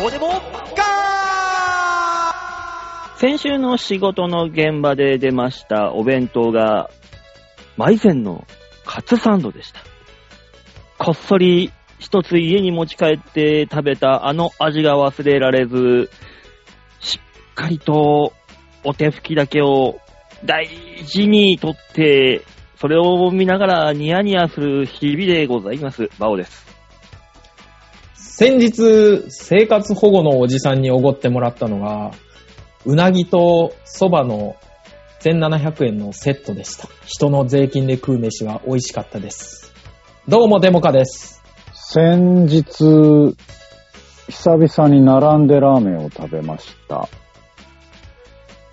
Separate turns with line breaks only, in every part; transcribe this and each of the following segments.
どうでもガ
先週の仕事の現場で出ましたお弁当が、マイゼンのカツサンドでした。こっそり一つ家に持ち帰って食べたあの味が忘れられず、しっかりとお手拭きだけを大事にとって、それを見ながらニヤニヤする日々でございます。バオです。
先日、生活保護のおじさんにおごってもらったのが、うなぎとそばの1700円のセットでした。人の税金で食う飯は美味しかったです。どうもデモカです。
先日、久々に並んでラーメンを食べました。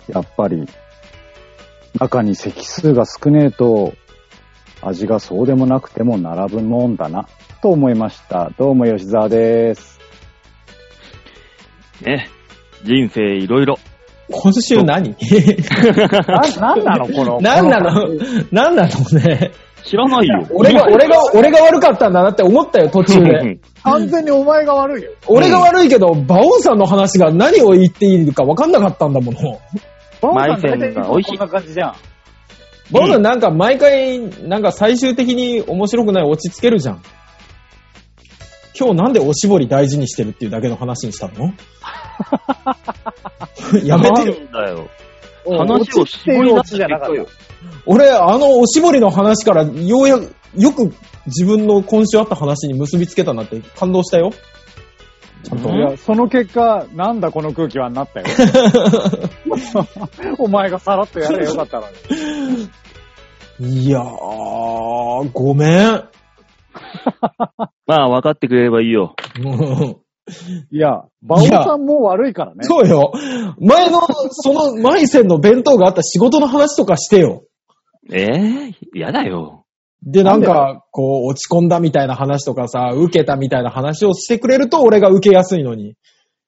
やっぱり、中に席数が少ねえと、味がそうでもなくても並ぶもんだな、と思いました。どうも吉沢です。
ね。人生いろいろ。
今週何
な、なんなのこの
何なの何なのね。。
知らないよ
俺が、俺が、俺が悪かったんだなって思ったよ、途中で。
完全にお前が悪いよ。
俺が悪いけど、バオンさんの話が何を言っていいか分かんなかったんだもの。
マイセンが美味しい
こんな感じじゃん。
バオンさんなんか毎回、なんか最終的に面白くない落ち着けるじゃん。今日なんでおしぼり大事にしてるっていうだけの話にした のやめてよ。
なんだよ。
落
話を
ち
絞り出
じゃなかった。
俺、あのおしぼりの話からようやく、よく自分の今週あった話に結びつけたなって感動したよ。ちゃんと。
うん
いや、その結果、なんだこの空気はにな ったよ。お前がさらっとやればよかったのに。
いやー、ごめ ん。
まあ、分かってくれればいいよ。
うん
いや、馬王さんも悪いからね。
そうよ。前の、その、マイセンの弁当があった仕事の話とかしてよ。
ええやだよ。
で、なん
な
か、こう、落ち込んだみたいな話とかさ、受けたみたいな話をしてくれると俺が受けやすいのに。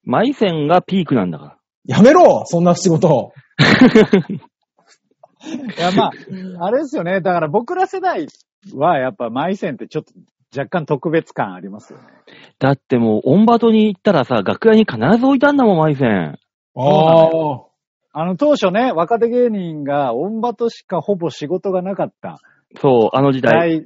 マイセンがピークなんだか
やめろそんな仕事。
いや、まあ、あれですよね。だから僕ら世代はやっぱマイセンってちょっと若干特別感ありますよね。
ら。だってもう、オンバトに行ったらさ、楽屋に必ず置いたんだもん、マイセン。
ああ。
あの当初ね、若手芸人がオンバとしかほぼ仕事がなかった
そう、あの時
時
代。
代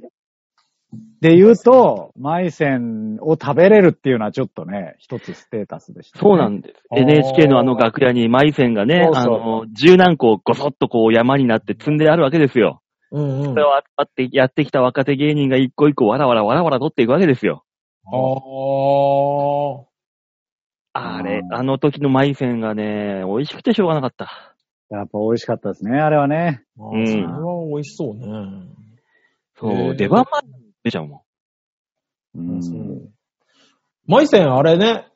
で言うと、マイセンを食べれるっていうのはちょっとね、一つステータスでした、ね。
そうなんです。
あー
NHK のあの楽屋にマイセンがね、
そうそう
あの、十何個ごそっとこう山になって積んであるわけですよ。
うんうん
それ。を集まってやってきた若手芸人が一個一個わらわらわらわら取っていくわけですよ。
あ
あれ、あの時のマイセンがね、美味しくてしょうがなかった。
やっぱ美味しかったですね、あれはね。
あ。
うん
それは美味しそうね。
そ
へ
う、
ー
出番まで出ちゃうもん。
う
そうマイセン、あれね、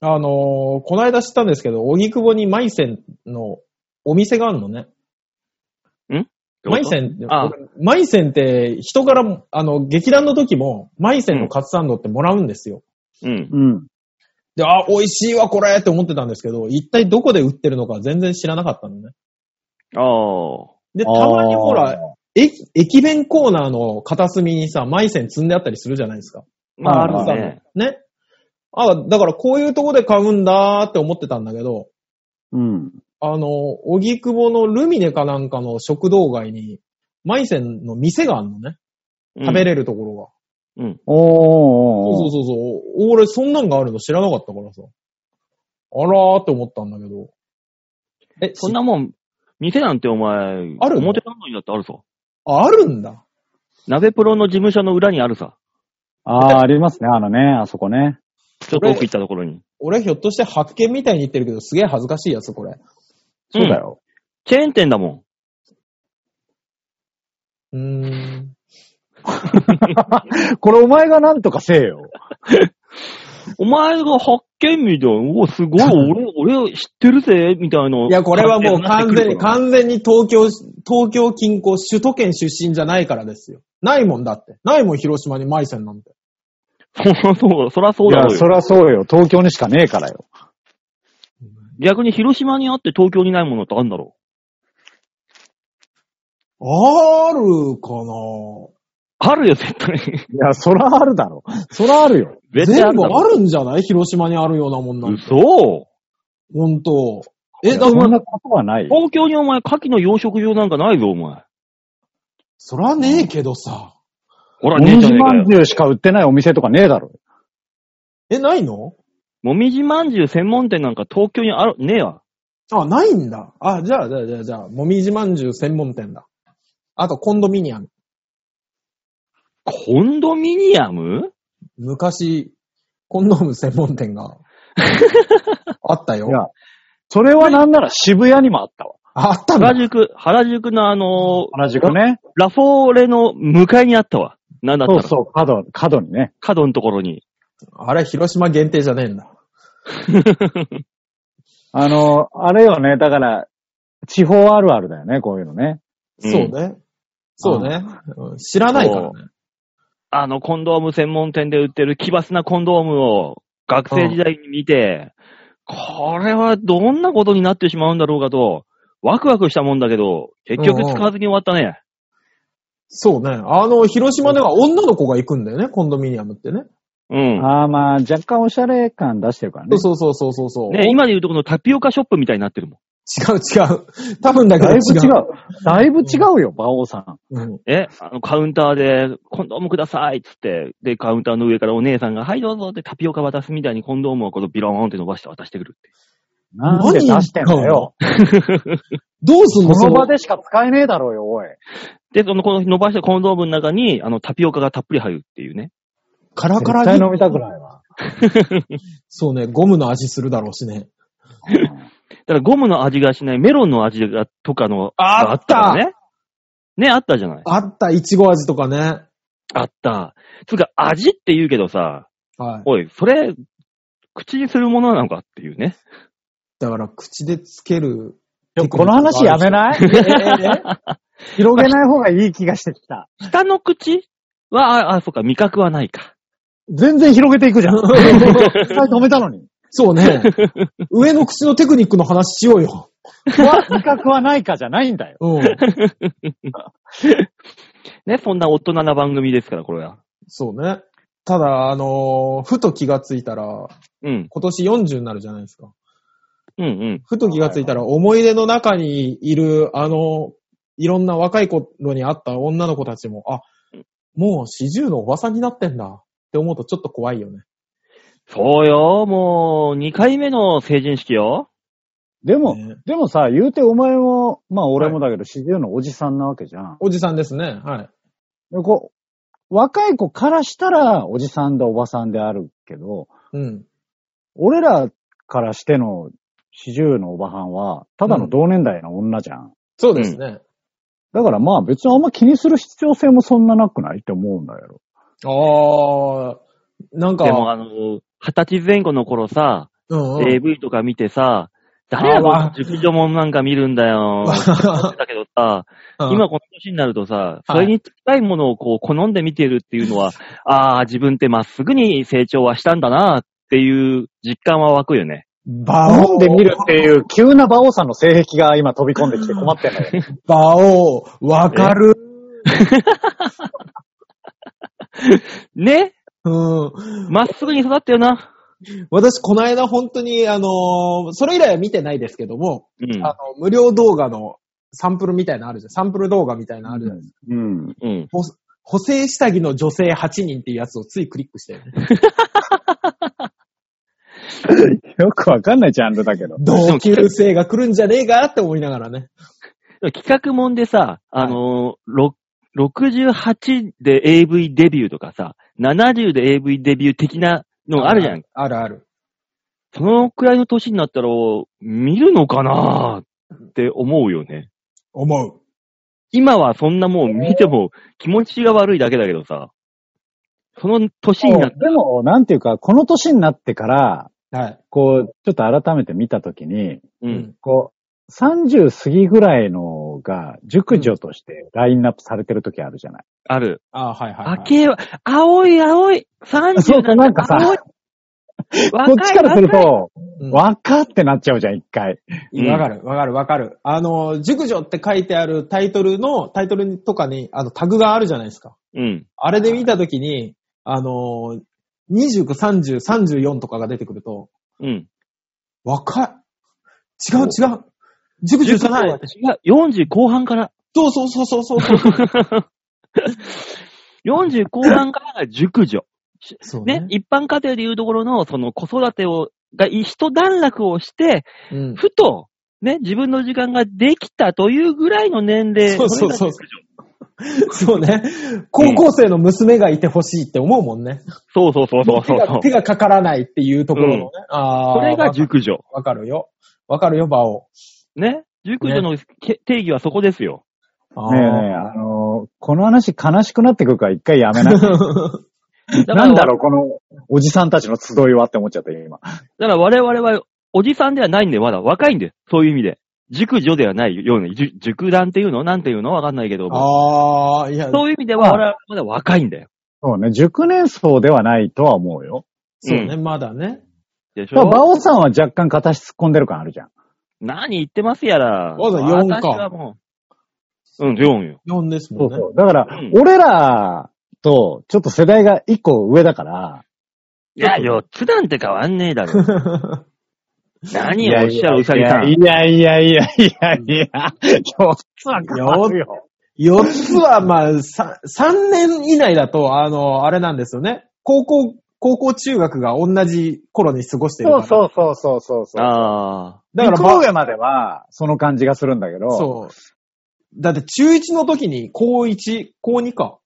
あのーこないだ知ったんですけど、荻窪にマイセンのお店があるのね。マイセン、
あ
俺マイセンって人からも、あの、劇団の時も、マイセンのカツサンドってもらうんですよ。
うん。
うん。
で、あ、美味しいわ、これって思ってたんですけど、一体どこで売ってるのか全然知らなかったのね。
ああ。
で、たまにほ
あー
ら、、駅、駅弁コーナーの片隅にさ、マイセン積んであったりするじゃないですか。
まあ、あ
はいはい
る
さんの
ね。
ね。あ、だからこういうとこで買うんだーって思ってたんだけど、
うん。
あの、荻窪のルミネかなんかの食堂街に、マイセンの店があるのね。食べ
る。
れるところが。
おーおーおー
そうそうそうそう。俺、そんなんがあるの知らなかったからさ。あらーって思ったんだけど。え、
そんなもん、店なんてお前、
ある
表参道にだってあるさ。
あ、あるんだ。
鍋プロの事務所の裏にあるさ。
ああ、ありますね、あのね、あそこね。
ちょっと奥行ったところに。
俺、ひょっとして発見みたいに言ってるけど、すげえ恥ずかしいやつ、こ
う
れ。
ん
そうだよ。
チェーン店だもん。
うーん。
これお前がなんとかせえよ。
お前が発見みたいな、うわ、す ごい、俺、俺知ってるぜ、みたいな。
いや、これはもう
感
完
じ
全
になって
に、完全に東京、東京近郊、首都圏出身じゃないからですよ。ないもんだって。ないもん、広島にマイセンなんて。
くるから。そう そう、そらそう
い
だ
や
ろ、う
そ
よ。
りゃそうよ。東京にしかねえからよ。
逆に広島にあって東京にないものってあるんだろ
あるかな
あるよ、絶対。
いや、そらあるだろ。そらあるよ。
絶対あ
全
る
部
だろ
あるんじゃない広島にあるようなもんなんて。
嘘
ほんと。え、
いや
だ
そ
から
んなことはない。
東京にお前、牡蠣の養殖場なんかないぞ、お前。
そらねえけどさ。
ほら、
も
ねえ
み
じゃ
じ
ねえ
ま
か
ん
よ。
じゅうしか売ってないお店とかねえだろ。
え、ないの
もみじまんじゅう専門店なんか東京にある、ねえわ。
あ、ないんだ。あ、じゃあ、じゃあ、じゃあ、じゃあ、もみじまんじゅう専門店だ。あと、コンドミニアム。
コンドミニアム
昔、コンドーム専門店があったよ
い。や、それはなんなら渋谷にもあったわ。
あったんだ。
原宿、原宿のあの
同じくね。
ラフォーレの向かいにあったわ。なんだった
そう
ら、
そう、角、角にね。
角のところに。
あれ、広島限定じゃねえんだ。
あの、あれよね、だから、地方あるあるだよね、こういうのね。
うん
そうね。そうね。うん知らないからね。
あの、コンドーム専門店で売ってる奇抜なコンドームを学生時代に見て、これはどんなことになってしまうんだろうかと、ワクワクしたもんだけど、結局使わずに終わったね。
そうね。あの、広島では女の子が行くんだよね、コンドミニアムってね。
うん。
ああ、まあ、若干おしゃれ感出してるからね。
そうそうそうそうそう。
ね、今で言うとこのタピオカショップみたいになってるもん。
違う違う。多分だけど
だい
違
ぶ違
う。
う。だいぶ違うよ、馬王さん。
うん
え、あの、カウンターで、コンドームくださいっつって、で、カウンターの上からお姉さんが、はい、どうぞってタピオカ渡すみたいにコンドームをこのビローンって伸ばして渡してくるって。
なんで出してんだよ。
どうすん
こ
のそ
の
の
場でしか使えねえだろうよ、おい。
で、その、この伸ばしたコンドームの中に、あの、タピオカがたっぷり入るっていうね。
カラカ
絶
ラ
対
に
飲。みたくないわ。
そうね、ゴムの味するだろうしね。
だから、ゴムの味がしない、メロンの味が、とかの、がからね。ね、あったじゃない。
あった、いちご味とかね。
あった。つうか、味って言うけどさ、
はい。
おい、それ、口にするものなのかっていうね。
だから、口でつける。
でもこの話やめない
えええ
広げない方がいい気がしてきた。
下の口は、あ、あ、そっか、味覚はないか。
全然広げていくじゃん。一回止めたのに。
そう ね。上の口のテクニックの話しようよ。
わ味覚はないかじゃないんだよ。
うん。
ね、そんな大人な番組ですから、これは。
そうね。ただ、あのーふと気がついたら、
うん、
今年40になるじゃないですか。
うん、うん。
ふと気がついたら、思い出の中にいる、あの、いろんな若い頃に会った女の子たちも、あ、もう40のおばさんになってんだって思うとちょっと怖いよね。
そうよ、もう、2回目の成人式よ。
でも、
ね
でもさ、言うてお前も、まあ俺もだけど、四十のおじさんなわけじゃん。
おじさんですね。はい。
でこう若い子からしたら、おじさんだおばさんであるけど、
うん。
俺らからしての四十のおばはんは、ただの同年代の女じゃん。
そうですね。
だからまあ別にあんま気にする必要性もそんななくないって思うんだよ。
あー、なんか、
でも、あの、二十歳前後の頃さ、
うんうん
AV とか見てさ、誰やろ
あ、
熟女もんなんか見るんだよ。 だけどさ、
うん
今この年になるとさ、そ
はい
れに近いものをこう好んで見てるっていうの は、ああ、自分ってまっすぐに成長はしたんだなっていう実感は湧くよね。
バオ
飲んでみるっていう急な馬王さんの性癖が今飛び込んできて困ってん だよ。
バオわかる。
ね
うん。
まっすぐに育ったよな。
私、この間本当に、あのーそれ以来は見てないですけども、
うん。
あの、無料動画のサンプルみたいなのあるじゃん。サンプル動画みたいなのあるじゃん。
うん。
うん。
補補正下着の女性8人っていうやつをついクリッ クしたよね。
よくわかんないジャンルだけど。
同級生が来るんじゃねえかって思いながらね。
企画もんでさ、あのー、ろ68で AV デビューとかさ、70で AV デビュー的なのあるじゃん。。
あるある。
そのくらいの年になったら、見るのかなって思うよね。
思う。
今はそんなもう見ても気持ちが悪いだけだけどさ、その年になっ
でも、なんていうか、この年になってから、
はい。
こう、ちょっと改めて見たときに、
う。。
うん
こう、30過ぎぐらいのが、熟女としてラインナップされてる時あるじゃない。
ある。
あはいはい、はい。
あけは、青い青い !30
そうそうなんかさ
青い
こっちからする
若い
と、
うん
わかってなっちゃうじゃん、一回。
うん
わかる、わかる、わかる。あの、熟女って書いてあるタイトルの、タイトルとかに、あの、タグがあるじゃないですか。
うん。
あれで見たときに、あの、29、30、34とかが出てくると、
うん。
若い。違う、違う。熟女じゃない。
違う。40後半から。
そうそうそうそうそう そう。
40後半からが熟女。
そう
ね、一般家庭でいうところの、その子育てを、が一段落をして、
うん。
ふと、ね、自分の時間ができたというぐらいの年齢。
そうそうそう
それが熟
そうね。高校生の娘がいてほしいって思うもんね。
女。そうそうそうそう
手
そう
が手。がかからないっていうところのね。
うん
ああ。
それが熟女。
わかるよ。わかるよ、バオ。
ね。熟女のけ定義はそこですよ。
あ
ねえねえ、あのーこの話悲しくなってくるから一回やめ な。
だから
なんだろう、このおじさんたちの集いはって思っちゃった、今。
だから我々はおじさんではないんで、まだ若いんで、そういう意味で。熟女ではないような、じゅ熟男っていうのなんていうのわかんないけど、
ああ、いや、
そういう意味では我々はまだ若いんだよ。
そうね、熟年層ではないとは思うよ。
そうね、まだね。
でし
だから馬
ょ
王さんは若干片足突っ込んでる感あるじゃん。
何言ってますやら。
わざ四か
私はもう。うん、4よ。
4です
そ
も
うん
ね。
そう。だから
うん、
俺らとちょっと世代が一個上だから、
いや、4つなんて変わんねえだろ。 何をおっしゃるうさぎさん。
いやいやいやいやいや、4つは変わるよ。
4つは、まあ、3, 3年以内だと、あの、あれなんですよね。高校、高校中学が同じ頃に過ごしてるか
そう
ら。
そうそうそうそうそう。
ああ。
だから、
二
ま
個
あ
上までは、その感じがするんだけど、
そう。だって中1の時に高1、高2か。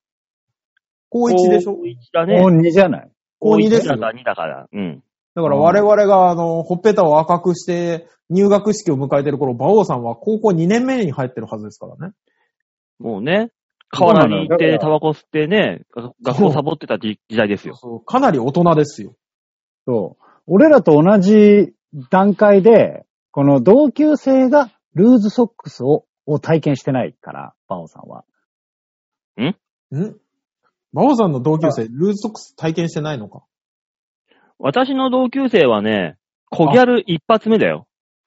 高1でしょ
高一だ
もう
ね。
2じゃない
高2です
だ
よ。
か2だから。うん。
だから我々が、あの、ほっぺたを赤くして入学式を迎えてる頃、馬王さんは高校2年目に入ってるはずですからね。
もうね。河原に行っ
そうなのよだ
て、
から
タバコ吸ってね、学校サボってた時時代ですよ。
そうかなり大人ですよ。
そう。俺らと同じ段階で、この同級生がルーズソックスをを体験してないから、バオさんは。
ん馬王さんの同級生、ルーズソックス体験してないのか。
私の同級生はね、小ギャル一発目だよ。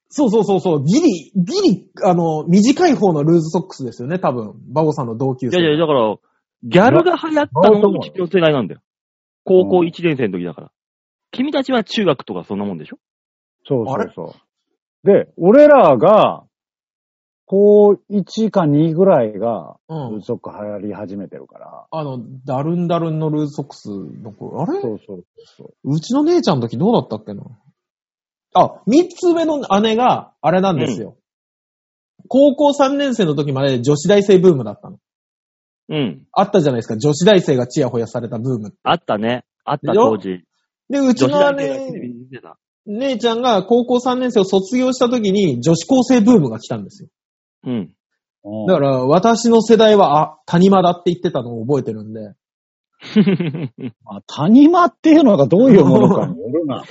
そうそうそうそう、ギリ、ギリ、あの、短い方のルーズソックスですよね、多分。馬王さんの同級
い
生。
やいや、だから、ギャルが流行ったのもうちの世代なんだよ。高校1年生の時だから。君たちは中学とかそんなもんでしょ
そう
そう
そう。で、俺らが、高1か2ぐらいが、
う
ルー
ん
ズ。ソック流行り始めてるから。
あの、ダルンダルンのルーズソックスの子、あれ
そうそうそう。
うちの姉ちゃんの時どうだったっけなあ、三つ上の姉が、あれなんですよ。高校3年生の時まで女子大生ブームだったの。
うん。
あったじゃないですか。女子大生がチヤホヤされたブーム。
あったね。あった
でしょ
当時。
で、うち
女子
の
大生がテレビ
姉、
に出てた。
姉ちゃんが高校3年生を卒業した時に女子高生ブームが来たんですよ。
うん。
だから、私の世代は、あ、谷間だって言ってたのを覚えてるんで。
まあ、谷間っていうのがどういうものかによるな。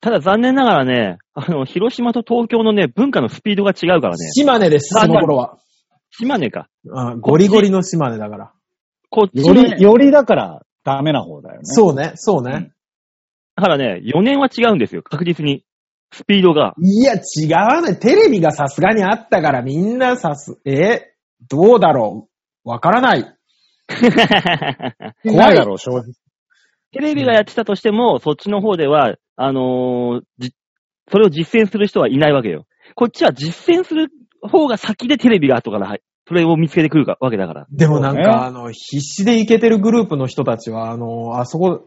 ただ残念ながらね、あの、広島と東京のね、文化のスピードが違うからね。
島根です、
あ
その頃は。
島根か。
あゴリゴリの島根だから。
こっち
よ
のね、
り、よりだからダメな方だよね。
そうね、そうね。
だからね、4年は違うんですよ。確実に。スピード が。
いや、違わない。テレビがさすがにあったから、みんなさす、えどうだろうわからない。
う。怖いだろう、正直。
テレビがやってたとしても、そっちの方では、あのーじそれを実践する人はいないわけよ。こっちは実践する方が先でテレビが後から、はい、それを見つけてくるかわけだから。
でもなん
そうね
か、あの、必死でイケてるグループの人たちは、あの、あそこ、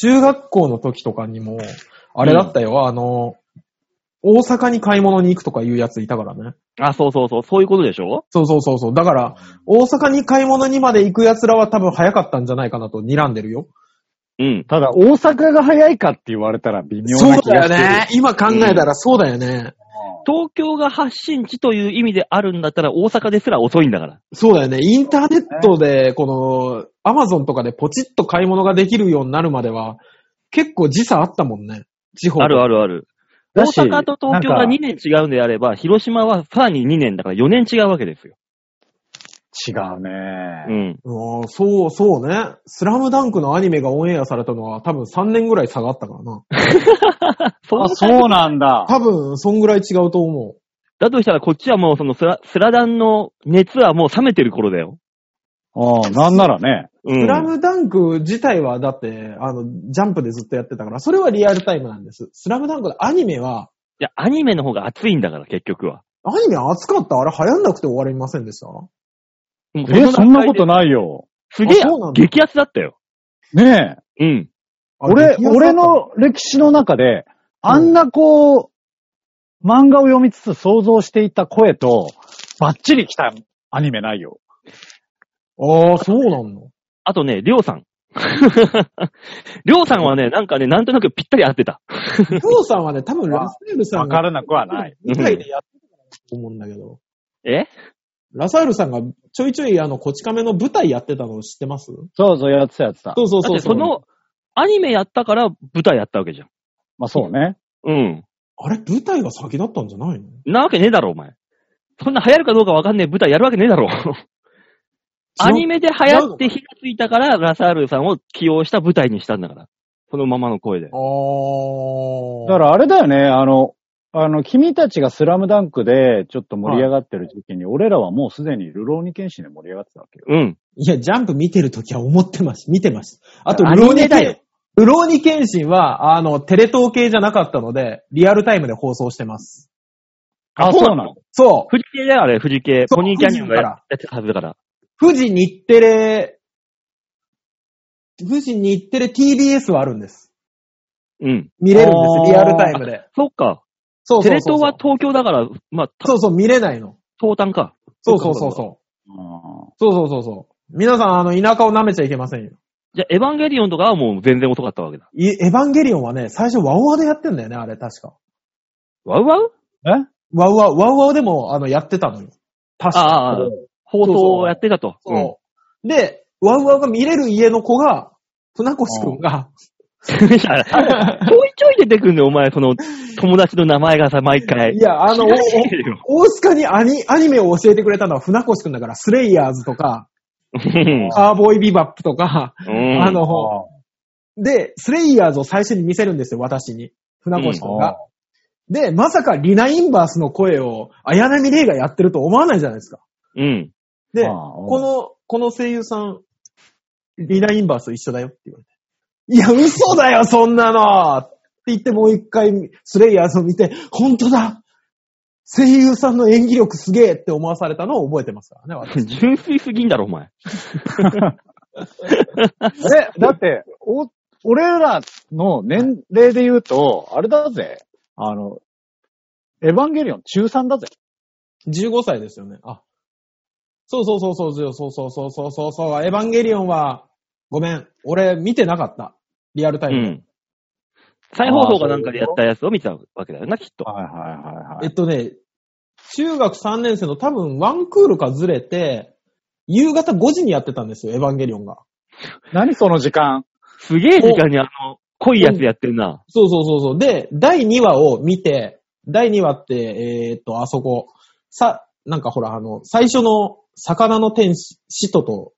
中学校の時とかにも、あれだったよ、あの、大阪に買い物に行くとかいうやついたからね。
あ、そうそうそう、そういうことでしょ
そうそうそうそう。だから、大阪に買い物にまで行く奴らは多分早かったんじゃないかなと睨んでるよ。
うん。
ただ、大阪が早いかって言われたら微妙
そう
な気
だ
が
よ
してる。
ね。今考えたらそうだよね。
東京が発信地という意味であるんだったら、大阪ですら遅いんだから。
そうだよね。インターネットで、この、アマゾンとかでポチッと買い物ができるようになるまでは、結構時差あったもんね。地方と
あるあるある。大
だし
阪と東京が
なんか
2年違うんであれば、広島はさらに2年だから4年違うわけですよ。
違うね、
うん。
ああ、そうそうね。スラムダンクのアニメがオンエアされたのは多分3年ぐらい下があったからな。
そ
あ、
う
そうなんだ。
多分、そんぐらい違うと思う。
だとしたら、こっちはもう、そのスラ、スラダンの熱はもう冷めてる頃だよ。
ああ、なんならね。
うん。
スラムダンク自体はだって、あの、ジャンプでずっとやってたから、それはリアルタイムなんです。スラムダンクのアニメは、
いや、アニメの方が熱いんだから、結局は。
アニメ熱かったあれ流行んなくて終わりませんでした
もう
え、そんなこと
い。
ないよ。
すげえ
あそうなん、だ
激熱だったよ。
ねえ。
うん。
俺、俺、の歴史の中で、あんなこう、漫画を読みつつ想像していた声と、バッチリ来たアニメないよ。
ああ、そうなんの
あとね、りょうさん。 りょうさんはね、なんかね、なんとなくぴったり合ってた。
りょうさんはね、多分ラサールさ
わ
ん
か
が
らなくはない。
舞台でやってたと思うんだけど、
え
ラサールさんがちょいちょいあの、こち亀の舞台やってたの知ってます
そうそう、やってたやってた。
そうそう
だっ
そう
て、その、アニメやったから舞台やったわけじゃん。
まあそうね。
うん。
あれ、舞台が先だったんじゃないの
なわけねえだろ、お前。そんな流行るかどうかわかんねえ舞台やるわけねえ だろ。アニメで流行って火がついたから、ラサールさんを起用した舞台にしたんだから。そのままの声で
あ。ー。
だからあれだよね、あの、あの、君たちがスラムダンクでちょっと盛り上がってる時期に、俺らはもうすでにルローニケンシンで盛り上がってたわけよ。
うん。
いや、ジャンプ見てるときは思ってました。見てました。あと、
ア
ルロ
ニ
ー
メ
ニ
だ
ケン
よ、
ルローニケンシンは、あの、テレ東系じゃなかったので、リアルタイムで放送してます。
あ、そうなの
そ
富士系だよ、あれ、富士系。
そう
ポニーキャニオンがや
富士
やってたはずだから。
う。富士日テレ、富士日テレ TBS はあるんです。
うん。
見れるんで
あー
す、リアルタイムで。
そっか。
そうそうそうそう。
テレ東は東京だから、まあ、
そうそう、見れないの。
東端か。
そうそうそうそう。
うん
そうそうそうそう。皆さん、あの、田舎を舐めちゃいけませんよ。
じゃあ、エヴァンゲリオンとかはもう全然遅かったわけだ。
いエヴァンゲリオンはね、最初ワウワウでやってんだよね、あれ、確か。
ワウワウ
え
ワウワウ、ワウワウでも、あの、やってたのよ。確か。
ああ放送をやってたと。
そう。で、ワウワウが見れる家の子が、船越くんが、
うん。い やちょいちょい出てくんね、お前、そ の、友達の名前がさ、毎回。
いや、 あの、おお
知らねえよ
大塚にアニアニメを教えてくれたのは船越くんだから、スレイヤーズとか、
うん
カーボーイビバップとか、
うん
あの、で、スレイヤーズを最初に見せるんですよ、私に。船越くんが。で、まさかリナ・インバースの声を綾波レイがやってると思わないじゃないですか。
うん。
で、
ああ
この、この声優さん、リナ・インバースと一緒だよって言われて。いや、嘘だよ、そんなのって言ってもう一回、スレイヤーズを見て、本当だ声優さんの演技力すげえって思わされたのを覚えてますからね、私。
純粋すぎんだろ、お前。
え、だって、お、俺らの年齢で言うと、あれだぜ。あの、エヴァンゲリオン中3だぜ。
15歳ですよね。あ。そうそうそうそうそうそうそうそうそうそう。エヴァンゲリオンは、ごめん。俺見てなかった。リアルタ
う
イムで。
ん。再放送かなんかでやったやつを見たわけだよな、きっと。
はいはいは
え
い
っとね、中学3年生の多分ワンクールかずれて、夕方5時にやってたんですよ、エヴァンゲリオンが。
何その時間
すげえ時間にあの、濃いやつやってるな。
そうそうそうそう。で、第2話を見て、第2話って、えーっと、あそこ、さ、なんかほら、あの、最初の魚の天使、使徒と、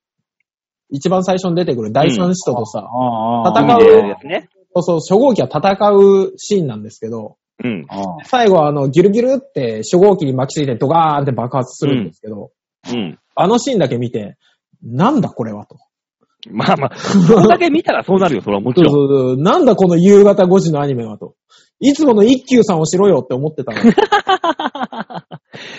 一番最初に出てくる第三使徒とさ、
あ
戦
海
う
でやるやつね。
そうそう、初号機は戦うシーンなんですけど、
うん。
あ
最後はあの、ギュルギュルって初号機に巻きついてドガーンって爆発するんですけど、
うん。
あのシーンだけ見て、なんだこれはと。
まあまあ、それだけ見たらそうなるよ、それはもち
そう
ろん。
そうそう。なんだこの夕方5時のアニメはと。いつもの一休さんをしろよって思ってたの。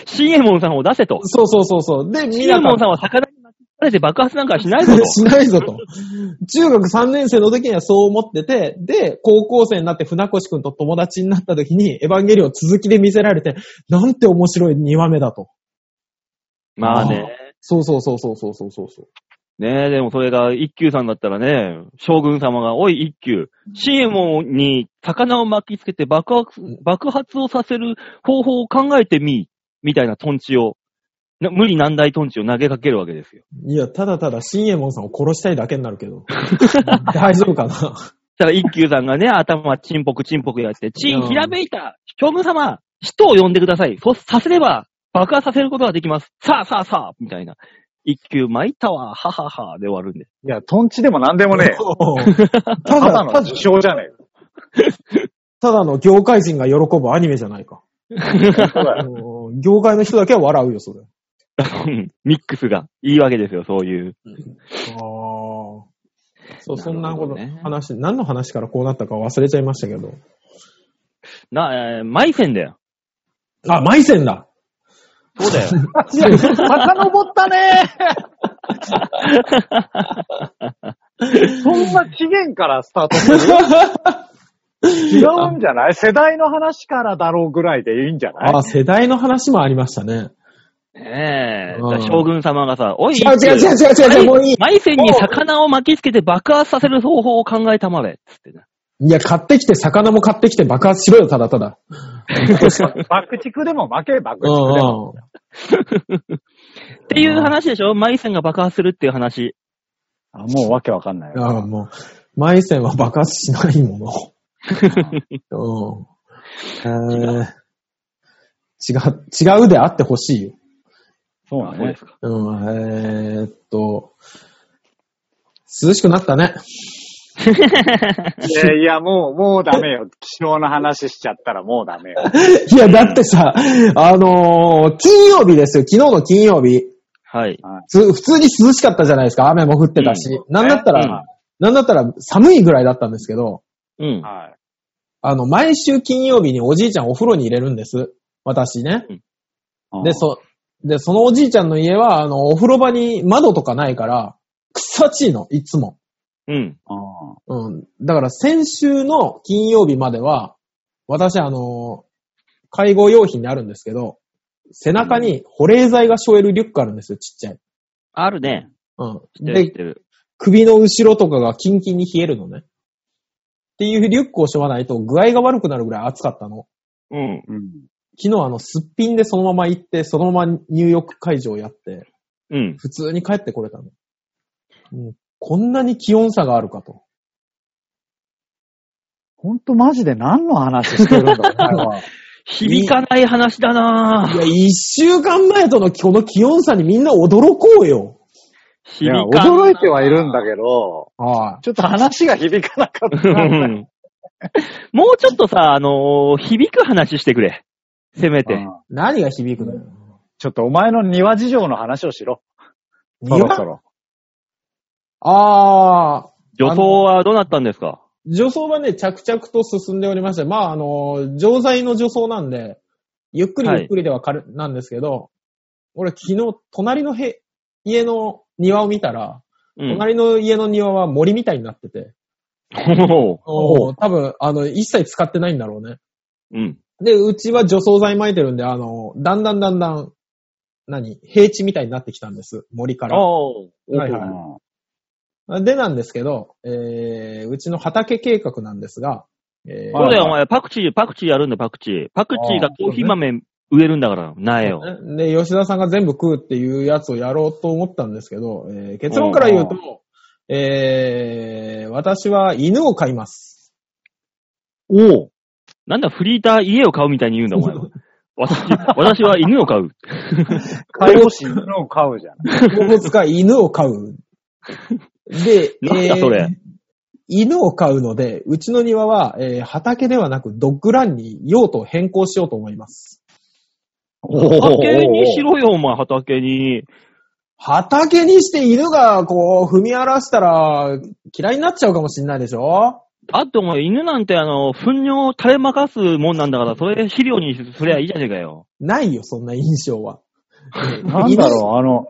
シンエモンさんを出せと。
そうそうそうそう。で、
シ
み
ンエ
な
モ
か
ンさんは魚に巻き込まれて爆発なんかしないぞと
ら。しないぞと。中学3年生の時にはそう思ってて、で、高校生になって船越くんと友達になった時に、エヴァンゲリオン続きで見せられて、なんて面白い2話目だと。
まあね。
そうそうそうそうそうそうそう。
ねえ、でもそれが一級さんだったらね、将軍様が、おい一級、シエモンに魚を巻きつけて爆発爆発をさせる方法を考えてみ、みたいなトンチを、な無理難題トンチを投げかけるわけですよ。
いや、ただただ、新右衛門さんを殺したいだけになるけ ど。大丈夫かな
したら一級さんがね、頭チンポクチンポクやって、チ
う
ン、
ん
ひらめいた将軍様人を呼んでくださいそうさせれば爆破させることができますさあさあさあみたいな。一級参ったわ、ははは、で終わるんで。
いや、トンチでも何でも ねえよ。
た
ただ
だ、
の受賞じゃね
ただの業界人が喜ぶアニメじゃないか。
えよ。そうだ よ
うん業界の人だけは笑うよ、それ。
うんミックスがいいわけですよ、そういう。
そう、そんなこと、
なるほどね
話、何の話からこうなったか忘れちゃいましたけど。
な、えーマイセンだよ。
あ、マイセンだ
そうだよ。
いや遡ったねえそんな期限からスタート する違うんじゃない世代の話からだろうぐらいでいいんじゃない
あ、世代の話もありましたね。
ねえ、
うん
将軍様がさ、おい、
違う違う違う違う違う、もういい。
マイセンに魚を巻きつけて爆発させる方法を考えたまで。つってね。
いや、買ってきて、魚も買ってきて爆発しろよ、ただただ。
爆竹でも負け、爆
うん
竹でも。
う
っていう話でしょマイセンが爆発するっていう話。
あもうわけわかんない
ん。あもう、マイセンは爆発しない もの。うん。えー違う、違うであってほしいよ。
そう
あ
な
そう
ね
で。すか。
うん、えーっと、涼しくなったね。
いやいや、もう、もうダメよ。気象の話しちゃったらもうダメよ。
いや、だってさ、あのー金曜日ですよ。昨日の金曜日。
はい。
つ普通に涼しかったじゃないですか。雨も降ってたし。なんだったら、
ね
なんだったら寒いぐらいだったんですけど、
うん。
はい。
あの、毎週金曜日におじいちゃんお風呂に入れるんです。私ね。で、そ、で、そのおじいちゃんの家は、あの、お風呂場に窓とかないから、くっさちいの、いつも。
うん。
うん。
うん。だから先週の金曜日までは、私、あの、介護用品にあるんですけど、背中に保冷剤が背負えるリュックあるんですよ、ちっちゃい。
あるね。
う
知
ん。
ってる知っ
で
て、る。
首の後ろとかがキンキンに冷えるのね。っていうリュックを背負わないと具合が悪くなるぐらい暑かったの。
うん。
うん。
昨日あの、すっぴんでそのまま行って、そのまま入浴会場やって、
うん。
普通に帰ってこれたの。うんこんなに気温差があるかと。
ほんとマジで何の話してるんだ、お前は。
響かない話だないぁ。
や、一週間前とのこの気温差にみんな驚こうよ。
いや、
響か
驚いてはいるんだけど、
は
ちょっと話が響かなかったんだよ。
うん もうちょっとさ、あのー響く話してくれ。せめ
う
て
ん。
い。何が響くのよ。
ちょっとお前の庭事情の話をしろ。そろそろ。
ああ、
女装はどうなったんですか
除草はね、着々と進んでおりまして、まあ、あの、錠剤の除草なんで、ゆっくり
はい
ゆっくりではかる、なんですけど、俺昨日、隣のへ家の庭を見たら、
うん。
隣の家の庭は森みたいになってて、
おー
おー多分、あの、一切使ってないんだろうね。
うん。
で、うちは除草剤撒いてるんで、あの、だんだんだんだん、何平地みたいになってきたんです。森から。
おー
はい
うん
はでなんですけど、えー、うちの畑計画なんですが、えー
そう
はい
だよ、お前。パクチー、パクチーやるんだ、パクチー。パクチーがコーヒー豆植えるんだから、苗を。
で、吉田さんが全部食うっていうやつをやろうと思ったんですけど、えー結論から言うと、えー、私は犬を飼います。
おう
なんだ、フリーター家を買うみたいに言うんだ、お 前は。私、私は犬を買う。
介護士の買うじゃん。
動物か犬を飼う。で、
なんだそれ
犬を飼うので、うちの庭は、えー畑ではなくドッグランに用途を変更しようと思います。
畑にしろよ、お前、畑に。
畑にして犬がこう踏み荒らしたら嫌いになっちゃうかもしれないでしょ
だってお前、犬なんてあの、糞尿を垂れまかすもんなんだから、それ肥料にすりゃいいじゃねえかよ。
ないよ、そんな印象は。
なんだろう、あの、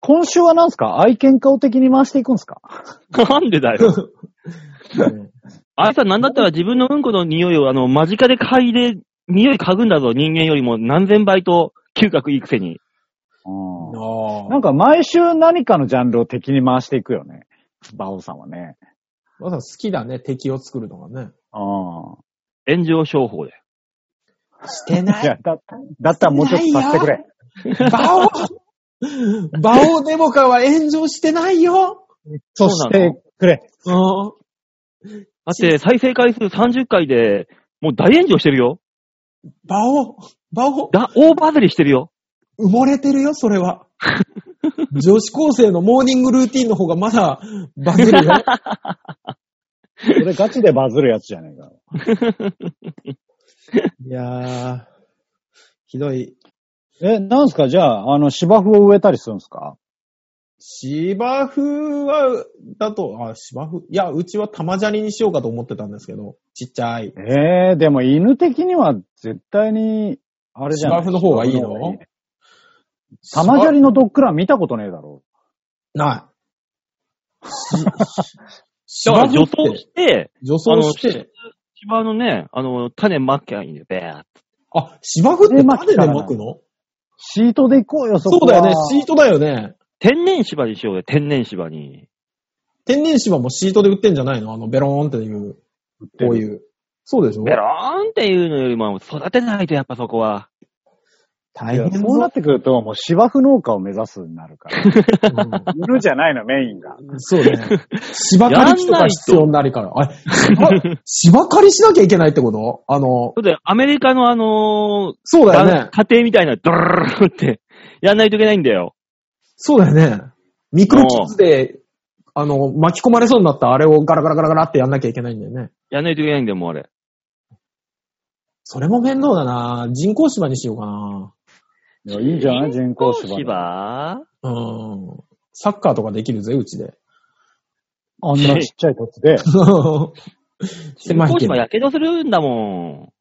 今週は何すか愛犬家を的に回していくんすか
なんでだ よ。
うん
あいつはなんだったら自分のうんこの匂いをあの、間近で嗅いで、匂い嗅ぐんだぞ、人間よりも何千倍と嗅覚いいくせに。
うん
あ
なんか毎週何かのジャンルを敵に回していくよね。バオさんはね。
まさん好きだね、敵を作るのがね。
うん。
炎上商法で。
してない
や、だだったらもうちょっとさせてくれ。
バオバオデモカは炎上してないよ
そ
そう
し
なの
てくれ。
うん。
だって、再生回数30回で、もう大炎上してるよ。
バオバオ
だ、大バズりしてるよ。
埋もれてるよ、それは。女子高生のモーニングルーティンの方がまだバズるよ。
それガチでバズるやつじゃねえか。
いやー、ひどい。
え、なんすかじゃあ、あの、芝生を植えたりするんすか
芝生は、だと、あ、芝生いや、うちは玉砂利にしようかと思ってたんですけど、ちっちゃい。
えー、でも犬的には絶対に、あれじゃない
芝生の方がいいの
ね玉砂利のドッグラン見たことねえだろ。
ない。し
だから除草
って、
して、
除草して、
芝のね、あの、種まきゃいいんだよ、べーっ
あ、芝生って種で巻くの
シートで行こうよ、そ
そ
こ
うだ
は
よね、シートだよね。
て天然芝にしようよ、天然芝に。
天然芝もシートで売ってんじゃないのあの、ベローンっていう、こういう。そうでしょ
ベローンっていうのよりも、育てないとやっぱそこは。
大
いや
変
そうな
だ
っ。てくると、もう芝生農家を目指すになるから。犬じゃないの、メインが。
うんそう ね。芝刈り機とか必要になるから。あれ、芝芝刈りしなきゃいけないってことあの
そ、れで、アメリカのあのー
そうだよ
が
ね。
家庭みたいな、ドルルルルって、やんないといけないんだよ。
そうだよね。ミクロキッズで、あの、巻き込まれそうになったあれをガラガラガラガラってやんなきゃいけないんだよね。
やんないといけないんだよ、もうあれ。
それも面倒だな人工芝にしようかない
やいいんじゃない人工芝。
芝
うん。サッカーとかできるぜ、うち で。
あんなちっちゃい土地で。
狭い
人工
けど。
芝
い
やけどするんだも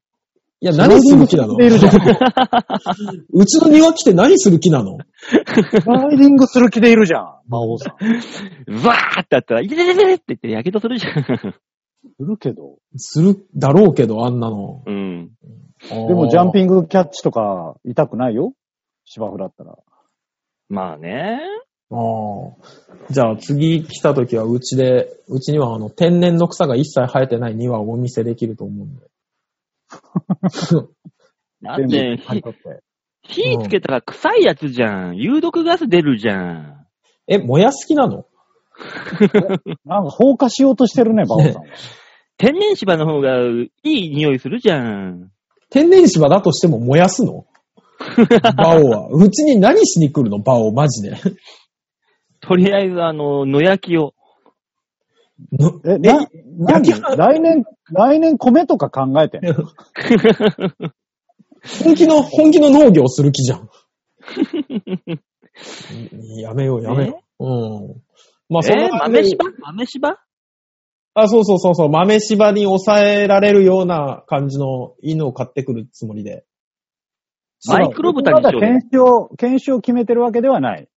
ん。
や、何する気なの
スライディングする気でいるじゃん。
うちの庭来て何する気なの
スライディングする気でいるじゃん、魔王さん。す
わーってやったら、いてててててって言って、やけどするじゃん。
るけど。
するだろうけど、あんなの。
うん。
で
でもジャン
ン
ピングキャッチとか痛くないよ芝生だったら。
まあね。
グ。じゃあ次来た時はうちで、うちにはあの天然の草が一切生えてない庭をお見せできると思うんで。
だっ
全
て、
部刈り取って。
火火つけたら臭いやつじゃん。有毒ガス出るじゃん。
え、燃やす気なの
なんか放火しようとしてるね、馬王さんは。
天然芝の方がいい匂いするじゃん。
天然芝だとしても燃やすのバオは。うちに何しに来るのバオ、マジで。
とりあえず、あの、野焼き を。
の
え、な、
焼き
何
払う
来年、来年米とか考えてんの
本気の、本気の農業する気じゃ ん。やめよう、やめよう。うん。まあ、そん
え
な
ー、
感じで
豆芝豆芝
あ、そうそうそうそう、豆柴に抑えられるような感じの犬を買ってくるつもりで。
マイクロ豚にしよ
まだ
うよ。
検証、検証決めてるわけではない。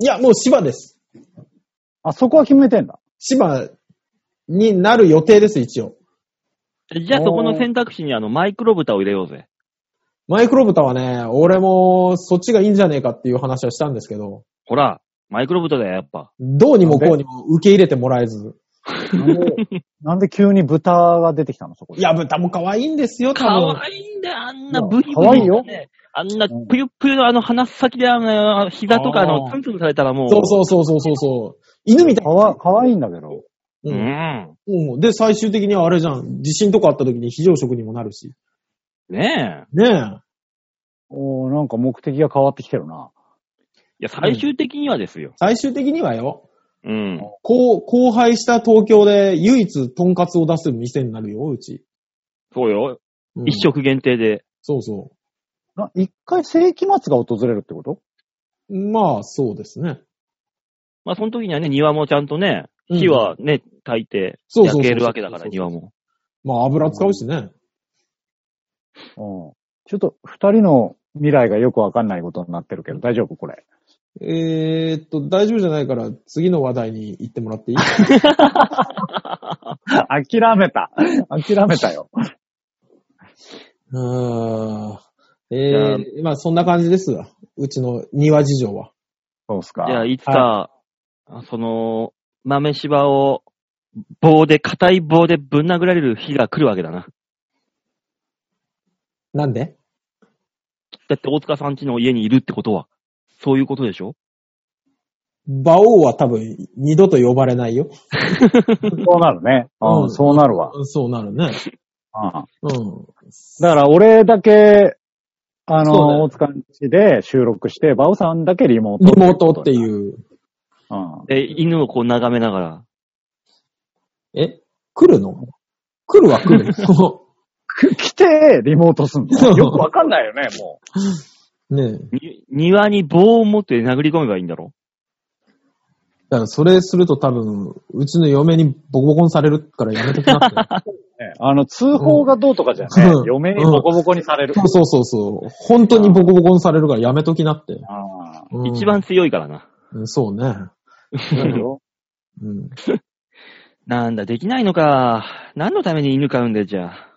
いや、もう芝です。
あ、そこは決めてんだ。
芝になる予定です、一応。
じゃあそこの選択肢にあの、マイクロ豚を入れようぜ。
マイクロ豚はね、俺もそっちがいいんじゃねえかっていう話はしたんですけど、
ほら、マイクロ豚だよ、やっぱ。
どうにもこうにも受け入れてもらえず。
なんでなんで急に豚が出てきたのそこで。
いや、豚も可愛いんですよ、多
か
分。
わいいんだよ、あんな
うん
ブリブリ、ね。
かわいいよ。
あんな
うん
ぷゆぷゆのあの鼻先であの、膝とかあ
あ
の、
ー
ツンツンされたらもう。
そうそうそうそうそうそう。犬みたい
かわ、かわいいんだけど。
う
うんん。
うん。で、最終的にはあれじゃん。地震とかあった時に非常食にもなるし。
ねえ。
ねえ。
おーなんか目的が変わってきてるな。
いや、最終的にはですよ。
最終的にはよ、
うん。
こう、荒廃した東京で唯一トンカツを出す店になるよ、うち。
そうよ。
うん
一。食限定で。
そうそ
な一回世紀末が訪れるってこと
う。まあ、そうですね。
まあ、その時にはね、庭もちゃんとね、
うん
火はね、炊いて、
そうそうそ
焼
う
けるわけだか
そ
ら、
うそうそう
庭も。
まあ、油使うしね。
うん。ちょっと二人の未来がよくわかんないことになってるけど、大丈夫これ。
えーっと、大丈夫じゃないから、次の話題に行っても らっていい
諦めた。諦めたよ。
うーん。えー、まあ、そんな感じですわ。うちの庭事情は。
そうっすか
じ。ゃあ、いつか、その、豆柴を、棒で、硬い棒でぶん殴られる日が来るわけだな。
なんで
だって、大塚さん家の家にいるってことは、そういうことでしょ
馬王は多分、二度と呼ばれないよ。
そうなるね。
う
うんん、そうなるわ。
そうなるね。
うん
うん。
だから俺だけ、あ
そうだよ
の、大塚んちで収録して、バオさんだけリモート。
リモートってい。う。
うん。
え、犬をこう眺めながら。
え来るの来るは来 る。 そ
く来て、リモートすんのよくわかんないよね、も
うねえ。
に庭に棒を持って殴り込めばいいんだろ
だからそれすると多分、うちの嫁にボコボコにされるからやめときなって。
う。ねあの、通報がどうとかじゃない。
うん
嫁にボコボコにさ れる。
そうそうそうそう。本当にボコボコにされるからやめときなって。
ああ
うん
一番強いからな。
うんそうね。
そうよ
うん。
なんだ、できないのか。何のために犬飼うんだよ、じゃあ。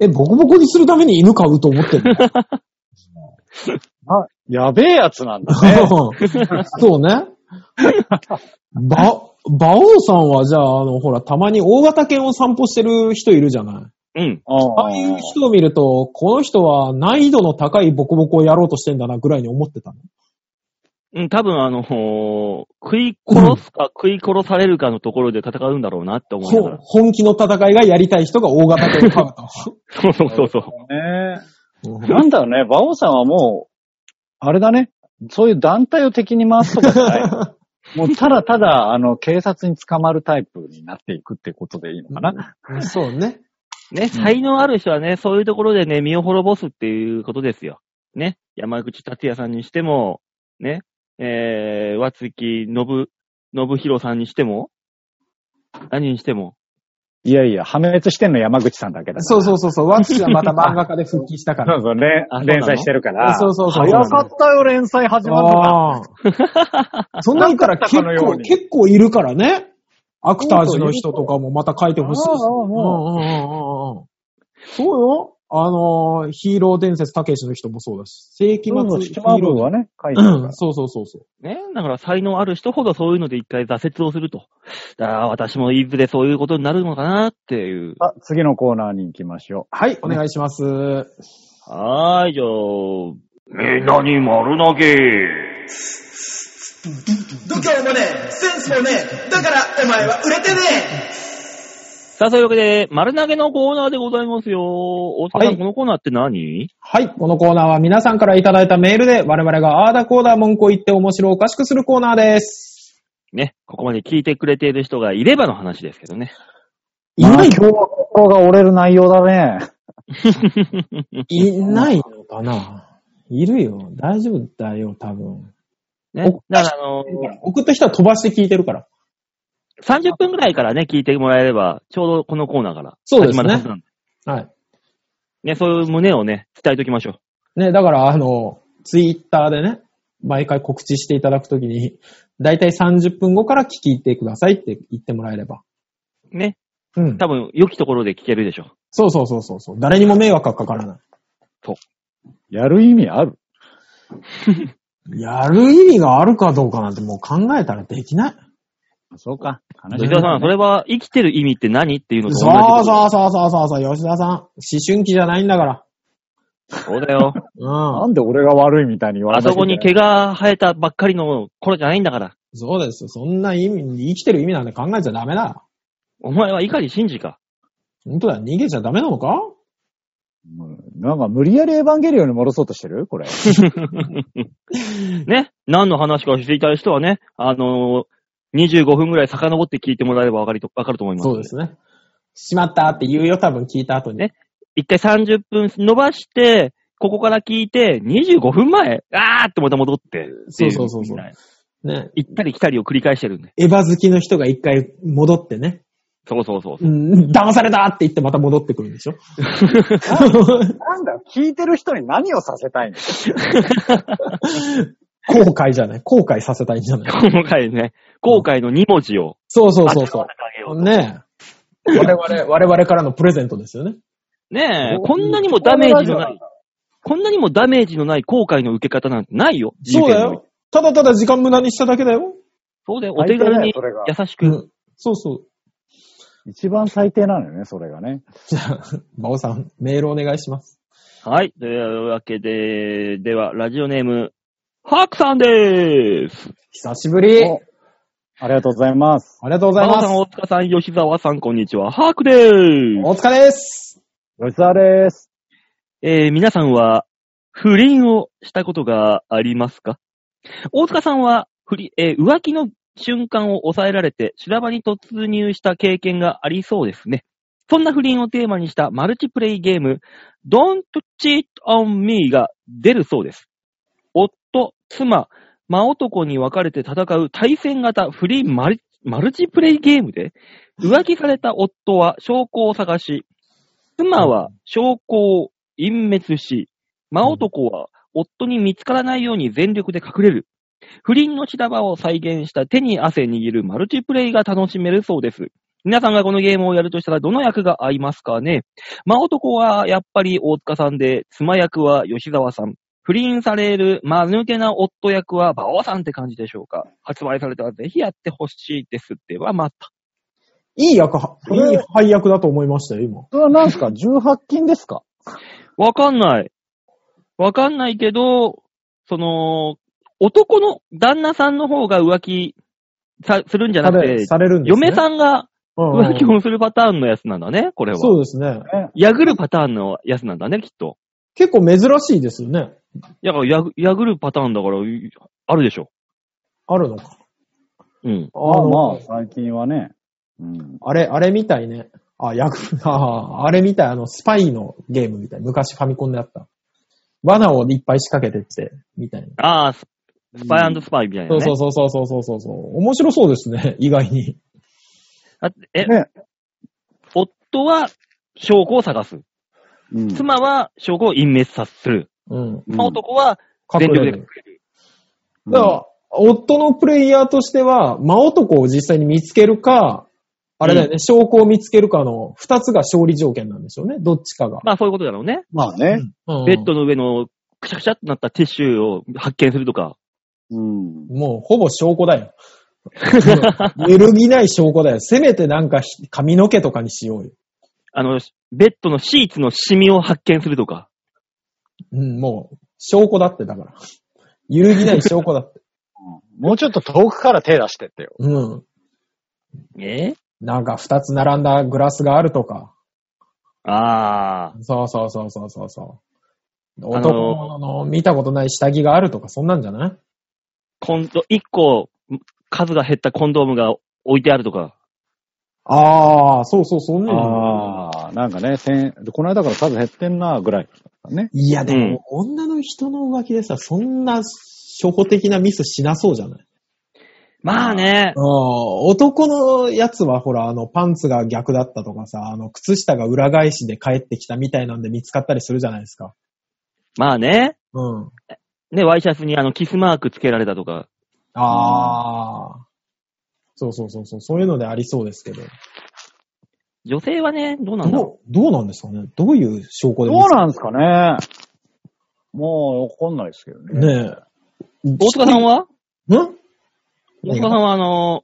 え、ボコボコにするために犬飼うと思ってるの
あやべえやつなんだね。
そうね。ば、馬王さんはじゃあ、あの、ほら、たまに大型犬を散歩してる人いるじゃない。
うん。
ああいう人を見ると、この人は難易度の高いボコボコをやろうとしてんだなぐらいに思ってたの。
うん、多分あの、ほー食い殺すか食い殺されるかのところで戦うんだろうなって思いなが
ほ
ら。
本気の戦いがやりたい人が大型犬を飼うと。
そうそうそうそう。
ね
うん
なんだろうね、馬王さんはもう、あれだね。そういう団体を敵に回すとかじゃ ない。もうただただ、あの、警察に捕まるタイプになっていくってことでいいのかな。
そうね。
ね、才能ある人はね、そういうところでね、身を滅ぼすっていうことですよ。ね、山口達也さんにしても、ね、えー、和月信、信弘さんにしても、何にしても、
いやいや、破滅してんの山口さんだけだから
そうそうそうそう。ワンツーはまた漫画家で復帰したか
そ
ら。
うそう、連
あそうなの
連載してるから。
そうそうそう
早かったよ、連載始まってた。
ああ。そんなんから結
なんかあったかのよ
構、
うに
結構いるからね。アクターズの人とかもまた書いてほしいし。
ああああも
うんうんうんうんうんそうよ。あのー、ヒーロー伝説たけしの人もそうだし。世紀
そうそう、
末ヒ
七
ー
万
ロ
分はね、書いてる
ー。
か
う
ら
ん、。そうそうそうそう。
ね、だから才能ある人ほどそういうので一回挫折をすると。だから私もいずれそういうことになるのかなっていう。
あ、次のコーナーに行きましょ
はい、お願いします。
はーい、じゃあ、みんなに丸投げ
度胸もねえセンスもねえだからお前は売れてねえ
さあ、そういうわけで、丸投げのコーナーでございますよ。大塚さん、
はい
このコーナーって何
はい、このコーナーは皆さんからいただいたメールで我々があーだこーだ文句を言って面白おかしくするコーナーです。
ね、ここまで聞いてくれている人がいればの話ですけどね。
う。
い
まあ
ない
今日は心が折れる内容だね。
いないのかないるよ。大丈夫だよ、多分。
ね
お、
だからあの
送った人は飛ばして聞いてるから。
ー、30分ぐらいからね、聞いてもらえれば、ちょうどこのコーナーから
そうです
始
ね
まるはずなんで。
はい。
ね、そういう胸をね、伝えときましょう。
ね、だから、あの、ツイッターでね、毎回告知していただくときに、だいたい30分後から聞いてくださいって言ってもらえれば。
ね、
うん。
多分、良きところで聞けるでしょ
そうそうそうそうそう。誰にも迷惑がかからな
やる意味ある
い。やる意味があるかどうかなんてもう考えたらできない。
そうか。
う。
話
吉田さん、それは生きてる意味って何っていうのと同じ
そ
こと
うそうそうそうそうそう、吉田さん。思春期じゃないんだから。
そうだ よ。
う。
なんんで俺が悪いみたいに言わ
あ
れな
そ
きゃいけ
こ
ない
に毛が生えたばっかりの頃じゃないんだから。
そうです。そんな意味、生きてる意味なんて考えちゃダメだ。
お前は碇信じか。
本当だ、逃げちゃダメなのか
うんなんか無理やりエヴァンゲリオンに戻そうとしてるこれ。
ね、何の話か知りたい人はね、あのー、25分ぐらい遡って聞いてもらえればわかりと、わかると思います。
そうですね。しまったって言うよ、多分聞いた後に。
ね一回30分伸ばして、ここから聞いて、25分前あーってまた戻って。
そうそうそうそう
っていみんな
ね。
行ったり来たりを繰り返してるんで。
エヴァ好きの人が一回戻ってね、
そうそうそう。
うん、騙されたって言ってまた戻ってくるんで しょ
なんだよ聞いてる人に何をさせたいの
後悔じゃない後悔させたいんじゃない
この回ね、後悔の2文字を。
そうそうそうそ
頭の中に上げよう
う。ねえ。我々、我々からのプレゼントですよね。
ねえ、こんなにもダメージのない、こんなにもダメージのない後悔の受け方なんてないよ。
そうだ
人生において。
よ。ただただ時間無駄にしただけだよ。
そうだよ。お手軽に
最低だよそれ
優し
う
く。
ん。そうそう。
一番最低なのよね、それがね。
じゃあ、バオさん、メールお願いします。
はい。というわけで、では、ラジオネーム、ハークさんでーす。
久しぶり
おありがとうございます。
ありがとうござい
馬
ま
場さん、
す。
大塚さん、吉沢さん、こんにちは。ハークでーす。
お疲れです。
吉沢です。
えー皆さんは不倫をしたことがありますか大塚さんは、不倫、えー浮気の瞬間を抑えられて、修羅場に突入した経験がありそうですね。そんな不倫をテーマにしたマルチプレイゲーム、Don't Cheat on Me が出るそうです。夫、妻、真男に分かれて戦う対戦型フリーマルマルチプレイゲームで、浮気された夫は証拠を探し、妻は証拠を隠滅し、真男は夫に見つからないように全力で隠れる。不倫の白場を再現した手に汗握るマルチプレイが楽しめるそうです。皆さんがこのゲームをやるとしたらどの役が合いますかね真男はやっぱり大塚さんで、妻役は吉沢さん。不倫される間抜けな夫役は馬王さんって感じでしょうか発売されたらぜひやってほしいです。ではまた。
いい役は、いい配役だと思いましたよ、今。
それは何すか ?18 金ですか
わかんない。わかんないけど、その、男の旦那さんの方が浮気さするんじゃな
さ
く
れ
て、
されるんですね。
嫁さんが
うんうん
浮気をするパターンのやつなんだね、これは。
そうですね。
やぐるパターンのやつなんだね、きっと。
結構珍しいですよね。
いや、やぐやぐるパターンだから、いあるでしょ。
あるのか。
うん。
あ
まあ
の
まあ、最近はね。うん。
あれ、あれみたいね。あ、役、 ああ、あれみたい、あの、スパイのゲームみたい。昔ファミコンであった。罠をいっぱい仕掛けてって、みたいな。
ああ、ススパイスパイみたいな
そう
ね。
そうそうそうそうそうそう。面白そうですね、意外に。
だってえ、
ね
夫は証拠を探す。
うん。
妻は証拠を隠滅さする。
うん。
うん
男は
隠
全力
れ
で
る
隠れる。
だから、夫のプレイヤーとしては、真男を実際に見つけるか、あれだよね、証拠を見つけるかの二つが勝利条件なんでしょうね、どっちかが。
まあそういうことだろうね。
まあね。
うん
ベッドの上のくしゃくしゃってなったティッシュを発見するとか。
うん。
もうほぼ証拠だよ。揺るぎない証拠だよ。せめてなんかひ髪の毛とかにしようよ。
あの、ベッドのシーツのシミを発見するとか。
うん、もう、証拠だって、だから。揺るぎない証拠 だって。
もうちょっと遠くから手出してってよ。
うん。
え
なんか二つ並んだグラスがあるとか。
ああ。
そうそうそうそうそうそう。
あのー
男の見たことない下着があるとか、そんなんじゃない
コンド、一個数が減ったコンドームが置いてあるとか。
ああ、そうそう、そんなん
ああ、なんかね、千、この間から数減ってんな、ぐらい。ね。
いや、でも、女の人の浮気でさ、そんな初歩的なミスしなそうじゃない
まあね
あ。あ、男のやつはほら、あの、パンツが逆だったとかさ、あの、靴下が裏返しで帰ってきたみたいなんで見つかったりするじゃないですか。
まあね。
うん。
ね、ワイシャツにあの、キスマークつけられたとか。
ああ。そうそうそうそう、そういうのでありそうですけど。
女性はね、どうなんだろ
どう、どうなんですかねどういう証拠で
どう
見つか
なんですかね。もう、わかんないですけどね。
ねえ。
う。大塚さんは
ん
大塚さんはあの、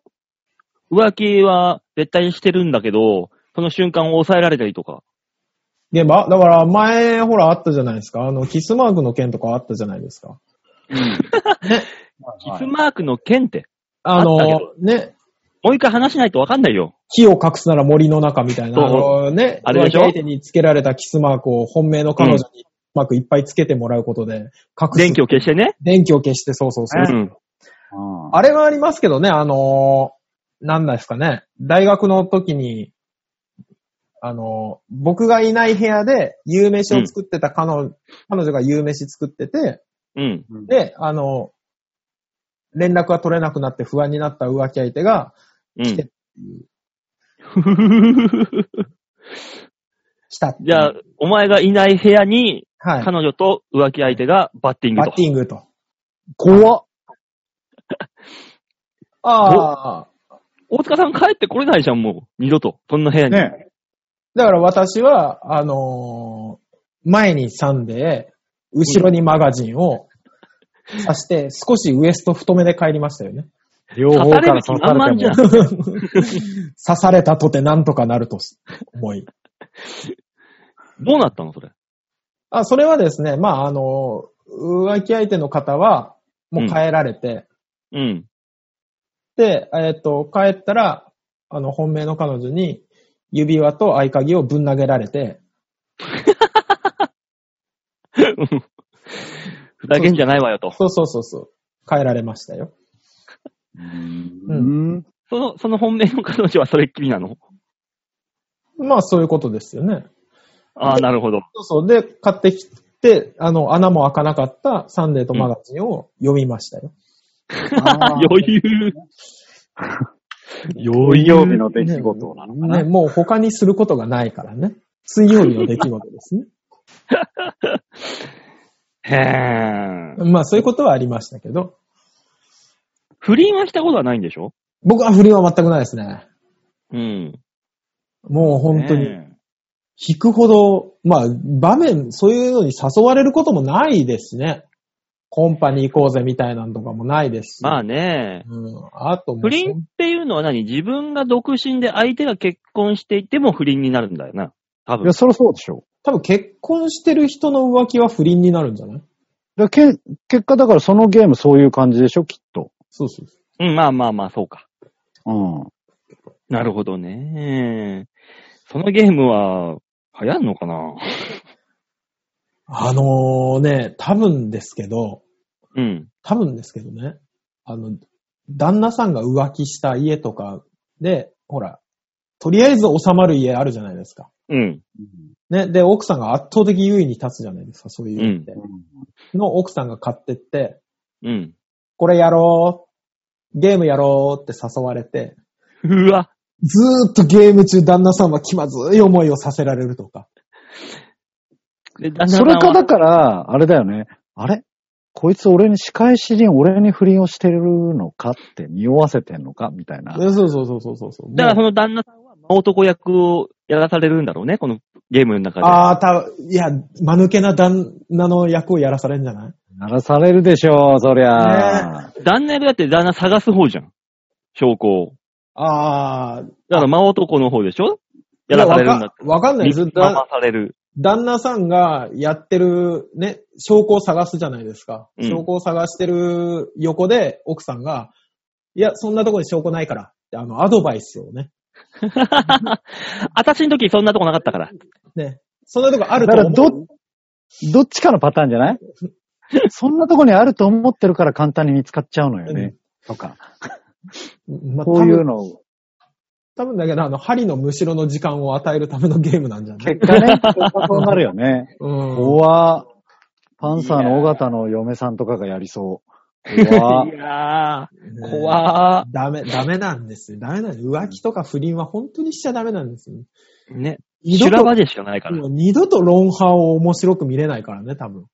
浮気は絶対してるんだけど、その瞬間を抑えられたりとか。
現場だから前、ほら、あったじゃないですか。あの、キスマークの件とかあったじゃないですか。
キスマークの剣って。
あの
あったけど、
ね、
もう一回話しないとわかんない よ。
木を隠すなら森の中みたいな、
そう
あのね、
あれでしょ
浮気相手につけられたキスマークを本命の彼女にうまくいっぱいつけてもらうことで、隠す。
電気を消してね。
電気を消して、そうそうそう。
うん。
うん
あれはありますけどね、あのー、なんなんですかね、大学の時に、あのー、僕がいない部屋で、夕飯を作ってた彼女、彼女が夕飯作ってて、
うん。
で、あのー、連絡が取れなくなって不安になった浮気相手が、
う
来てっ
ん
ていう、来たっていう
じゃあ、お前がいない部屋に、
はい。
彼女と浮気相手がバッティング
バ
と
ッ。ティングと。
怖っ。
ああ。
大塚さん帰ってこれないじゃん、もう。二度と。そんな部屋に。
ね。
だから私は、あのー前にサンデー、後ろにマガジン を刺して、少しウエスト太めで帰りましたよ ね。
両
刺
方か
され
ら
る気
刺
満
さ
々
れ
じ
て
ゃん
も。。
刺されたとてなんとかなると思い。
どうなったの、それ。
あ、それはですね、まあ、あのー浮気相手の方は、もう帰られて、
うん。
で、えっ、と、帰ったら、あの、本命の彼女に指輪と合鍵をぶん投げられて、
だけんじゃないわよと。
そうそうそうそう。変えられましたよ。
うん。
その、その本命の彼女はそれっきりなの
まあそういうことですよね。
ああ、なるほど。
そうそう。で、買ってきて、あの、穴も開かなかったサンデーとマガジンを読みましたよ。
あー
余裕。余
水
裕
曜日の出来事なのかな、
ね、もう他にすることがないからね。水曜日の出来事ですね。
へえ。
まあそういうことはありましたけど。
不倫はしたことはないんでしょ
僕は不倫は全くないですね。
うん。
もう本当に。
ね
引くほど、まあ場面、そういうのに誘われることもないですしね。コンパに行こうぜみたいなのとかもないですし。
まあね。
うん。あともう
不倫っていうのは何自分が独身で相手が結婚していても不倫になるんだよな。多
いや、
分。
そりゃそうでしょ。
多分結婚してる人の浮気は不倫になるんじゃない
だけ結果だからそのゲームそういう感じでしょ、きっと。
そうそうそ
うん、まあまあまあ、そうか。
うん。
なるほどね。そのゲームは、流行んのかな
う。あのーね、多分ですけど、
うん。
多分ですけどね、あの、旦那さんが浮気した家とかで、ほら、とりあえず収まる家あるじゃないですか。
うん。
ね、で、奥さんが圧倒的優位に立つじゃないですか、そういう家って。の奥さんが買ってって、
うん。
これやろう、ゲームやろうって誘われて、
うわ。
ずーっとゲーム中旦那さんは気まずい思いをさせられるとか。
で旦那さ
そ
んは
れかだから、あれだよね。あれこいつ俺に仕返しに俺に不倫をしてるのかって匂わせてんのかみたいな。
えそうそうそうそうそうそう。
だからその旦那さんは真男役をやらされるんだろうね、このゲームの中で。
ああ、た、いや、間抜けな旦那の役をやらされるんじゃない
鳴らされるでしょう、そりゃ。
旦那役だって旦那探す方じゃん。証拠を。
ああ、
だから真男の方でしょやらされるんだっ
いやわかわかん
て。
ないです。
騙
だ
される。
旦那さんがやってる、ね、証拠を探すじゃないですか。
うん
証拠を探してる横で、奥さんが、いや、そんなとこに証拠ないから、ってあの、アドバイスをね。
私の時そんなとこなかったから。
ね。そんなとこある
だ
と
か
思
ら
う。
ど、どっちかのパターンじ ゃないそんなとこにあると思ってるから簡単に見つかっちゃうのよね。とか。
うんまあ、
こ
多
うい
分
う、のを。
多分だけど、あの、針のむしろの時間を与えるためのゲームなんじゃない
結 果ね、結果そうなるよね。
うん。
怖パンサーの尾形の嫁さんとかがやりそう。怖
いや
ね
ー、怖
ダメ、ダメなんですよ。ダメなんです。浮気とか不倫は本当にしちゃダメなんですよ。
ー。ね。
二
修
度
羅
と
場、でしかないから
も。う二度とロンハーを面白く見れないからね、多分。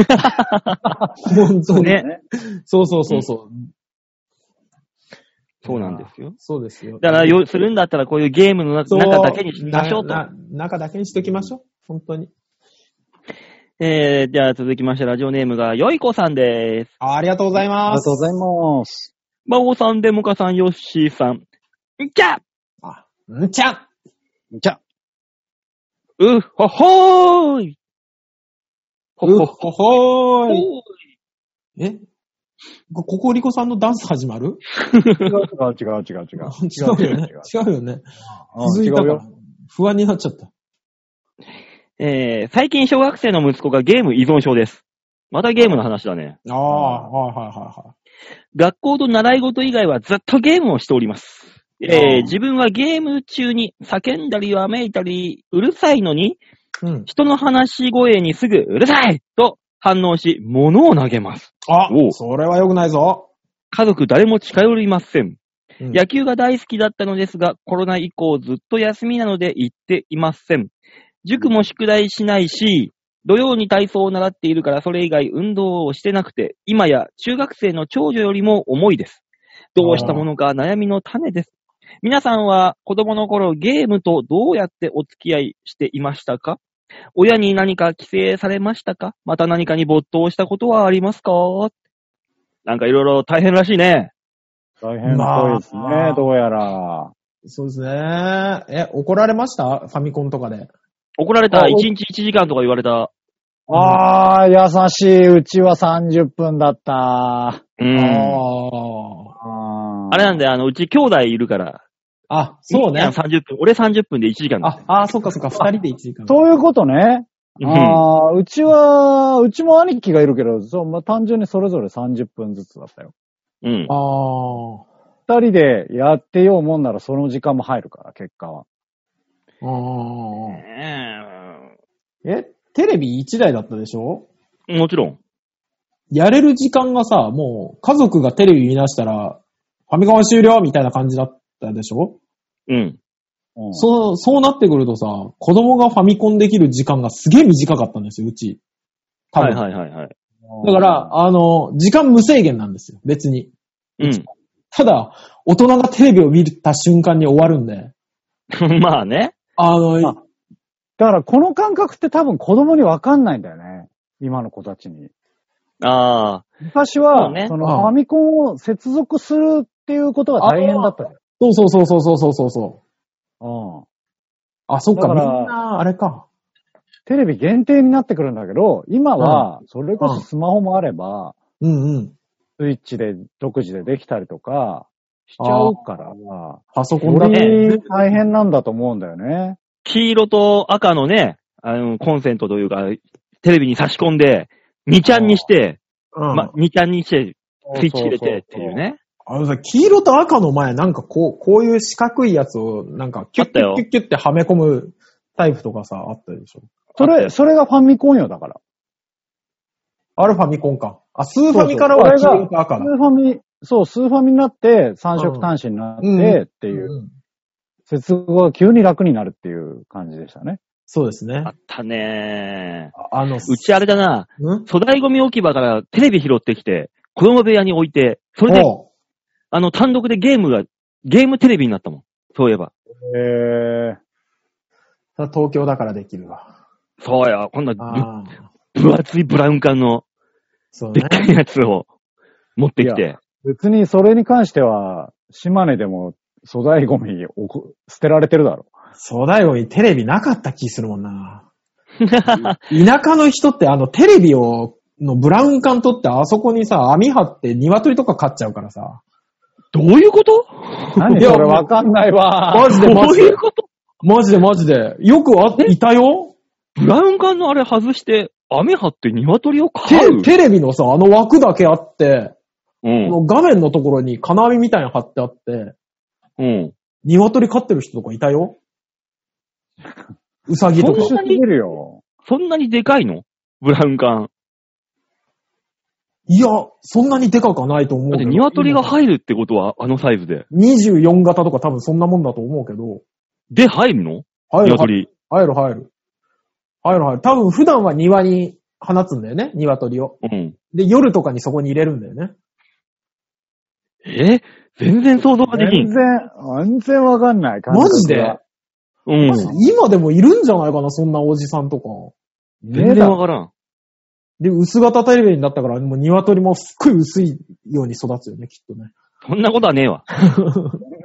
本当に。
ね。
そうそうそうそう、
そうなんですよ。
そうですよ。
だから、よ、するんだったらこういうゲームの中
そう
中だけにしましょうと。
なな中だけにしときましょう。本当に。
えー、じゃあ続きまして、ラジオネームが、よいこさんです。
あありがとうござい
あり
ま
が
す
と。うございます。
バオさん、デモカさん、ヨッシーさん。んきゃ
んちゃん
じ ゃあ、
うっほほーいほ
う
ほ
っ
ほ
ほほーい。
ーい
えこここリコさんのダンス始まる
違う違う違う違う違う。
違うよね。違うよね。
う
気
ん
づ
違
いたか
う
ら
よ。。
不安になっちゃった。
えー、最近小学生の息子がゲーム依存症です。またゲームの話だね。
ああ、はいはいはいはい。
学校と習い事以外はずっとゲームをしております。えー、自分はゲーム中に叫んだりわめいたり、うるさいのに、
うん。
人の話し声にすぐうるさいと反応し、物を投げます。
あ
おう
それは良くないぞ。
家族誰も近寄りません。
うん
野球が大好きだったのですが、コロナ以降ずっと休みなので行っていません。塾も宿題しないし、土曜に体操を習っているからそれ以外運動をしてなくて、今や中学生の長女よりも重いです。どうしたものか悩みの種です。皆さんは子供の頃ゲームとどうやってお付き合いしていましたか親に何か規制されましたかまた何かに没頭したことはありますかなんかいろいろ大変らしいね。
大変っぽいです
まあ
ね、どうやら。
そうですね。え、怒られましたファミコンとかで。
怒られた
あ
1
お
日1時間とか言われた。
ああ、優しい。うちは30分だった。
うん。
あ
あ
あれなんだよ、あの、うち兄弟いるから。
あ。あ、そう
いいじゃ
ね
ん。30分。俺30分で1時間だ。
あ、あーそっかそっか。二人で一時間。
そういうことね。ああ、うちは、うちも兄貴がいるけど、そうまあ、単純にそれぞれ30分ずつだったよ。
うん。
ああ。
二人でやってようもんならその時間も入るから、結果は。
あ
ね
あ。え、テレビ1台だったでしょ
えもちろん。
やれる時間がさ、もう家族がテレビ見出したら、ファミコン終了みたいな感じだったでしょ、
うん。
うん、
そう、そうなってくるとさ、子供がファミコンできる時間がすげえ短かったんですよ、うち。多
は
分。
いはいはいはい。
だから、あの、時間無制限なんですよ、別に。
う
ただ、大人がテレビを見た瞬間に終わるんで、
ん。 まあね。
あの、
あだからこの感覚って多分子供にわかんないんだよね。今の子たちに。
ああ。
昔
そう
は、
ね
その
うん
ファミコンを接続するっていうことが大変だったじゃん。
そうそうそうそうそうそうそう。
うん。
あ、そっか、
だ
みん
から
な、あれか。
テレビ限定になってくるんだけど、今は、それこそスマホもあれば、
うんうん。
スイッチで独自でできたりとか、しちゃうから、よ
パソコンだね。
り大変なんだと思うんだよね。
黄色と赤のね、あの、コンセントというか、テレビに差し込んで、2ちゃんにして、
うん。
ま、2ちゃんにして、スイッチ入れてっていうね。
あのさ、黄色と赤の前、なんかこう、こういう四角いやつを、なんか、キュッキュッキュッキュッってはめ込むタイプとかさ、あったでしょ。
それ、それがファミコンよ、だから。
あれファミコンか。あ、スーファミからは
そ
黄
うそう
色と赤だ。
スーファミ、そう、スーファミになって、三色端子にな
うん
って、っていう、
うん
接続が急に楽になるっていう感じでしたね。
そうですね
あ。ったね
ああの、
ー。うちあれだな、
うん
粗大ゴミ置き場からテレビ拾ってきて、子供部屋に置いて、それで、
おう
あの、単独でゲームが、ゲームテレビになったもん。そういえば。
へー。
それは東京だからできるわ。
そうや、こんなぶ
ああ。
分厚いブラウン管の
そう
で
ね
っ。かいやつを持ってき
い
て。
別にそれに関しては、島根でも粗大ゴミをこ捨てられてるだろ。
そうだよ、テレビなかった気するもん な。田舎の人って、あの、テレビを、のブラウン管取って、あそこにさ、網張って鶏とか飼っちゃうからさ。
どういうこと
何
いや
それわかんないわ。
マジで
ど
マ
う
ジ
い
で
う。こと
マジでマジで。よくあ、いたよ
ブラウン管のあれ外して、雨張って鶏を飼う
テテレビのさ、あの枠だけあって、
う
こ
ん。
の画面のところに金網みたいに貼ってあって、
うん。
鶏飼ってる人とかいた ようさぎと
特
か
殊。すぎるよ。
そんなにでかいのブラウン管。
いや、そんなにでかくはないと思
だ
う
って
けど。
鶏が入るってことは、あのサイズで。
24型とか多分そんなもんだと思うけど。
で、入るの
入る、入る、
鶏。
入る。入る、入る。入る多分普段は庭に放つんだよね、鶏を。
うん。
で、夜とかにそこに入れるんだよね。
え全然想像ができ
全
ん。
然、全然わかんない感
マジ
覚
で
が。
うん。
今でもいるんじゃないかな、そんなおじさんとか。
全
ねえ
然
だ
わか
ろ。
らん。
で、薄型テレビになったから、もう鶏もすっごい薄いように育つよね、きっとね。
そんなことはねえわ。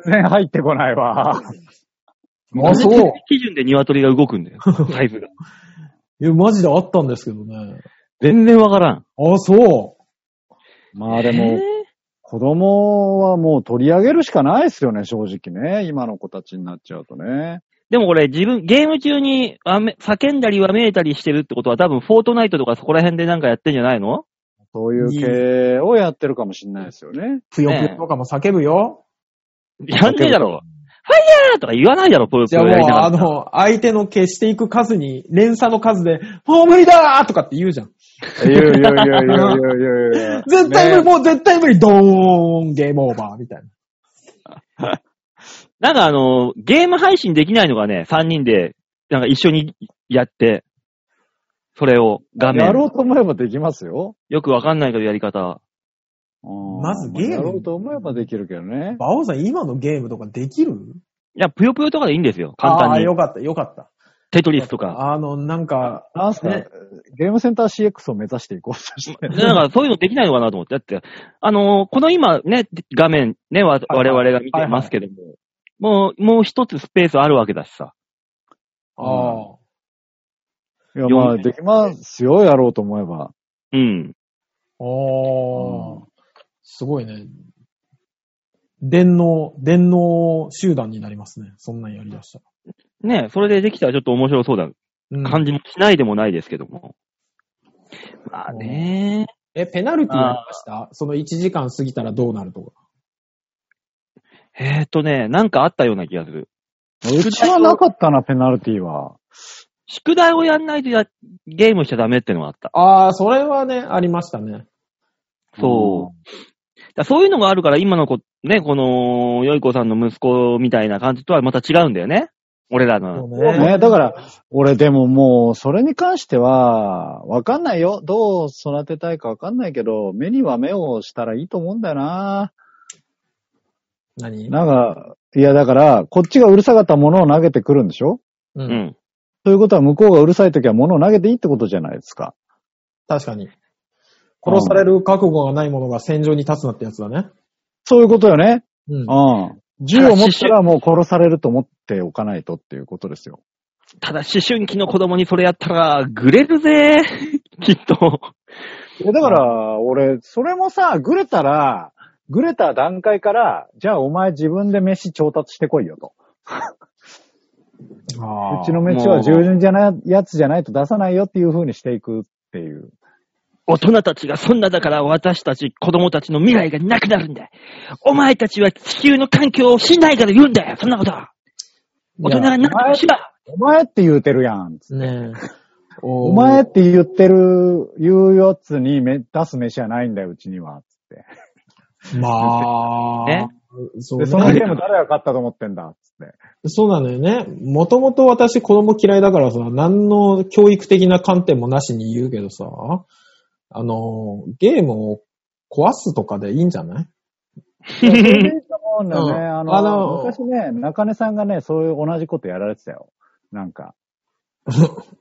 全然入ってこないわ。
あ、そう。
基準で鶏が動く んだよ。サイズが。
いや、マジであったんですけどね。
全然わからん。
あ、そ
まあで
えー
も、子供はもう取り上げるしかないですよね、正直ね。今の子たちになっちゃうとね。
でもこれ自分、ゲーム中にわめ叫んだりわめいたりしてるってことは多分フォートナイトとかそこら辺でなんかやってんじゃないの
そういう系をやってるかもしれないですよね。
う。ぷよぷよとかも叫ぶよ。
やんねえだろ。ファイヤーとか言わないだろ、プロプ
じゃあ
ロやり
もう、
ながら
あの、相手の消していく数に、連鎖の数で、もう無理だーとかって言うじゃん。
いやいやいやいやいやいやいや。
絶対無理、
ね
もう絶対無理、ドーン、ゲームオーバーみたいな。
なんかあの、ゲーム配信できないのがね、3人で、なんか一緒にやって、それを画
や
面。
ろうと思えばできますよ。
よくわかんないけどやり方。
ま
まずゲーム
やろうと思えばできるけどね。
バオさん、今のゲームとかできる
いや、ぷよぷよとかでいいんですよ。簡
ああ
単
ー、
に。
よかった、よかった。
テトリスとか。
あの、なんか、
なんすか、
ね
ゲームセンター CX を目指していこうと して。
なんかそういうのできないのかなと思って。だって、あのーこの今ね、画面ね、わ
はい
我々が見てますけども、もう、もう一つスペースあるわけだしさ。
ああ。
いや、まあ、
四
できますよ、やろうと思えば。
うん。
ああ、すごいね。電脳、電脳集団になりますね。そんなんやりだしたら。
ね、それでできたらちょっと面白そうだ
うん
感じもしないでもないですけども。まあね、
え、ペナルティーありましたその1時間過ぎたらどうなるとか。
えーっとね、なんかあったような気がする。
うちはなかったな、ペナルティは。
宿題をやんないとやゲームしちゃダメってのがあった。
ああ、それはね、ありましたね。
そう。だそういうのがあるから、今の子、ね、この、よいこさんの息子みたいな感じとはまた違うんだよね。俺らの。
そう
そうね、だから、俺でももう、それに関しては、わかんないよ。どう育てたいかわかんないけど、目には目をしたらいいと思うんだよな。
何
なんか、いやだから、こっちがうるさかったものを投げてくるんでしょ
う。
うんん。
ということは、向こうがうるさいときは物を投げていいってことじゃないですか。
確かに。殺される覚悟がない者が戦場に立つなってやつだね。
そういうことよね。
うん。
うん。銃を持ったらもう殺されると思っておかないとっていうことですよ。
ただ、思春期の子供にそれやったら、ぐれるぜ きっと。
いやだから、俺、それもさ、ぐれたら、ぐれた段階から、じゃあお前自分で飯調達してこいよと。
あ
うちの飯は従順じゃない、やつじゃないと出さないよっていう風にしていくっていう。
大人たちがそんなだから私たち子供たちの未来がなくなるんだ。お前たちは地球の環境をしないから言うんだよ、そんなことは。大人がなくてしば。
お前って言うてるやん。
ねえ。
お
おー
前って言ってる、言うやつにめ出す飯はないんだよ、うちには。つって。
まあ。
ね
そう
で、
ね
そのゲーム誰が勝ったと思ってんだ。つって。
そうなのよね。もともと私子供嫌いだからさ、何の教育的な観点もなしに言うけどさ、あの、ゲームを壊すとかでいいんじゃない
いやそれでいいと思うんだよね。
うん
あの、
あの
昔ね、中根さんがね、そういう同じことやられてたよ。なんか。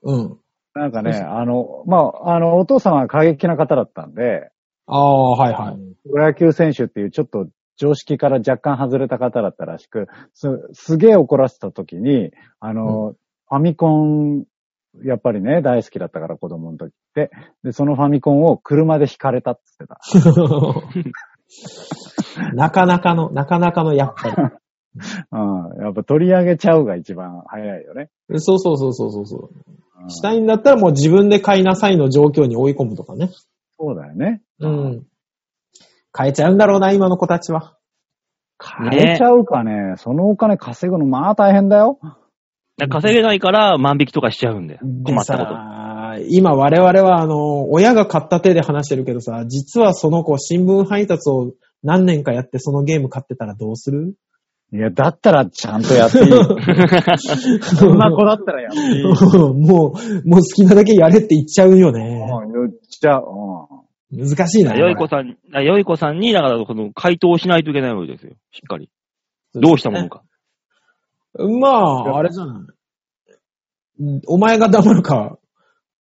うん。
なんかね、あの、まあ、あの、お父さんは過激な方だったんで、
ああ、は いはい。
プロ野球選手っていうちょっと常識から若干外れた方だったらしく、す、すげえ怒らせた時に、あの、ファミコン、やっぱりね、大好きだったから子供の時って、で、そのファミコンを車で引かれたって言ってた。
なかなかの、なかなかのやっぱり。
うん。やっぱ取り上げちゃうが一番早いよね。
そうそうそうそうそうそうう。
ん
したいんだったらもう自分で買いなさいの状況に追い込むとかね。
そうだよね。
うん。変えちゃうんだろうな、今の子たちは。
買えちゃうかね、そのお金稼ぐの、まあ大変だよ。
だから稼げ ないから万引きとかしちゃうんだよ。困ったこ
で
と。
さ今我々はあの、親が買った手で話してるけどさ、実はその子新聞配達を何年かやってそのゲーム買ってたらどうする
いや、だったらちゃんとやっていい。 そんな子だったらやってい い。
もう、もう好きなだけやれって言っちゃうよね。
うん、言っちゃう。う
難しいな。
よいこ
こ
さん、あよいこさんに、だから、この回答をしないといけないわけですよ。しっかり。どうしたものか。
れまあ、あれじゃない。お前が黙るか、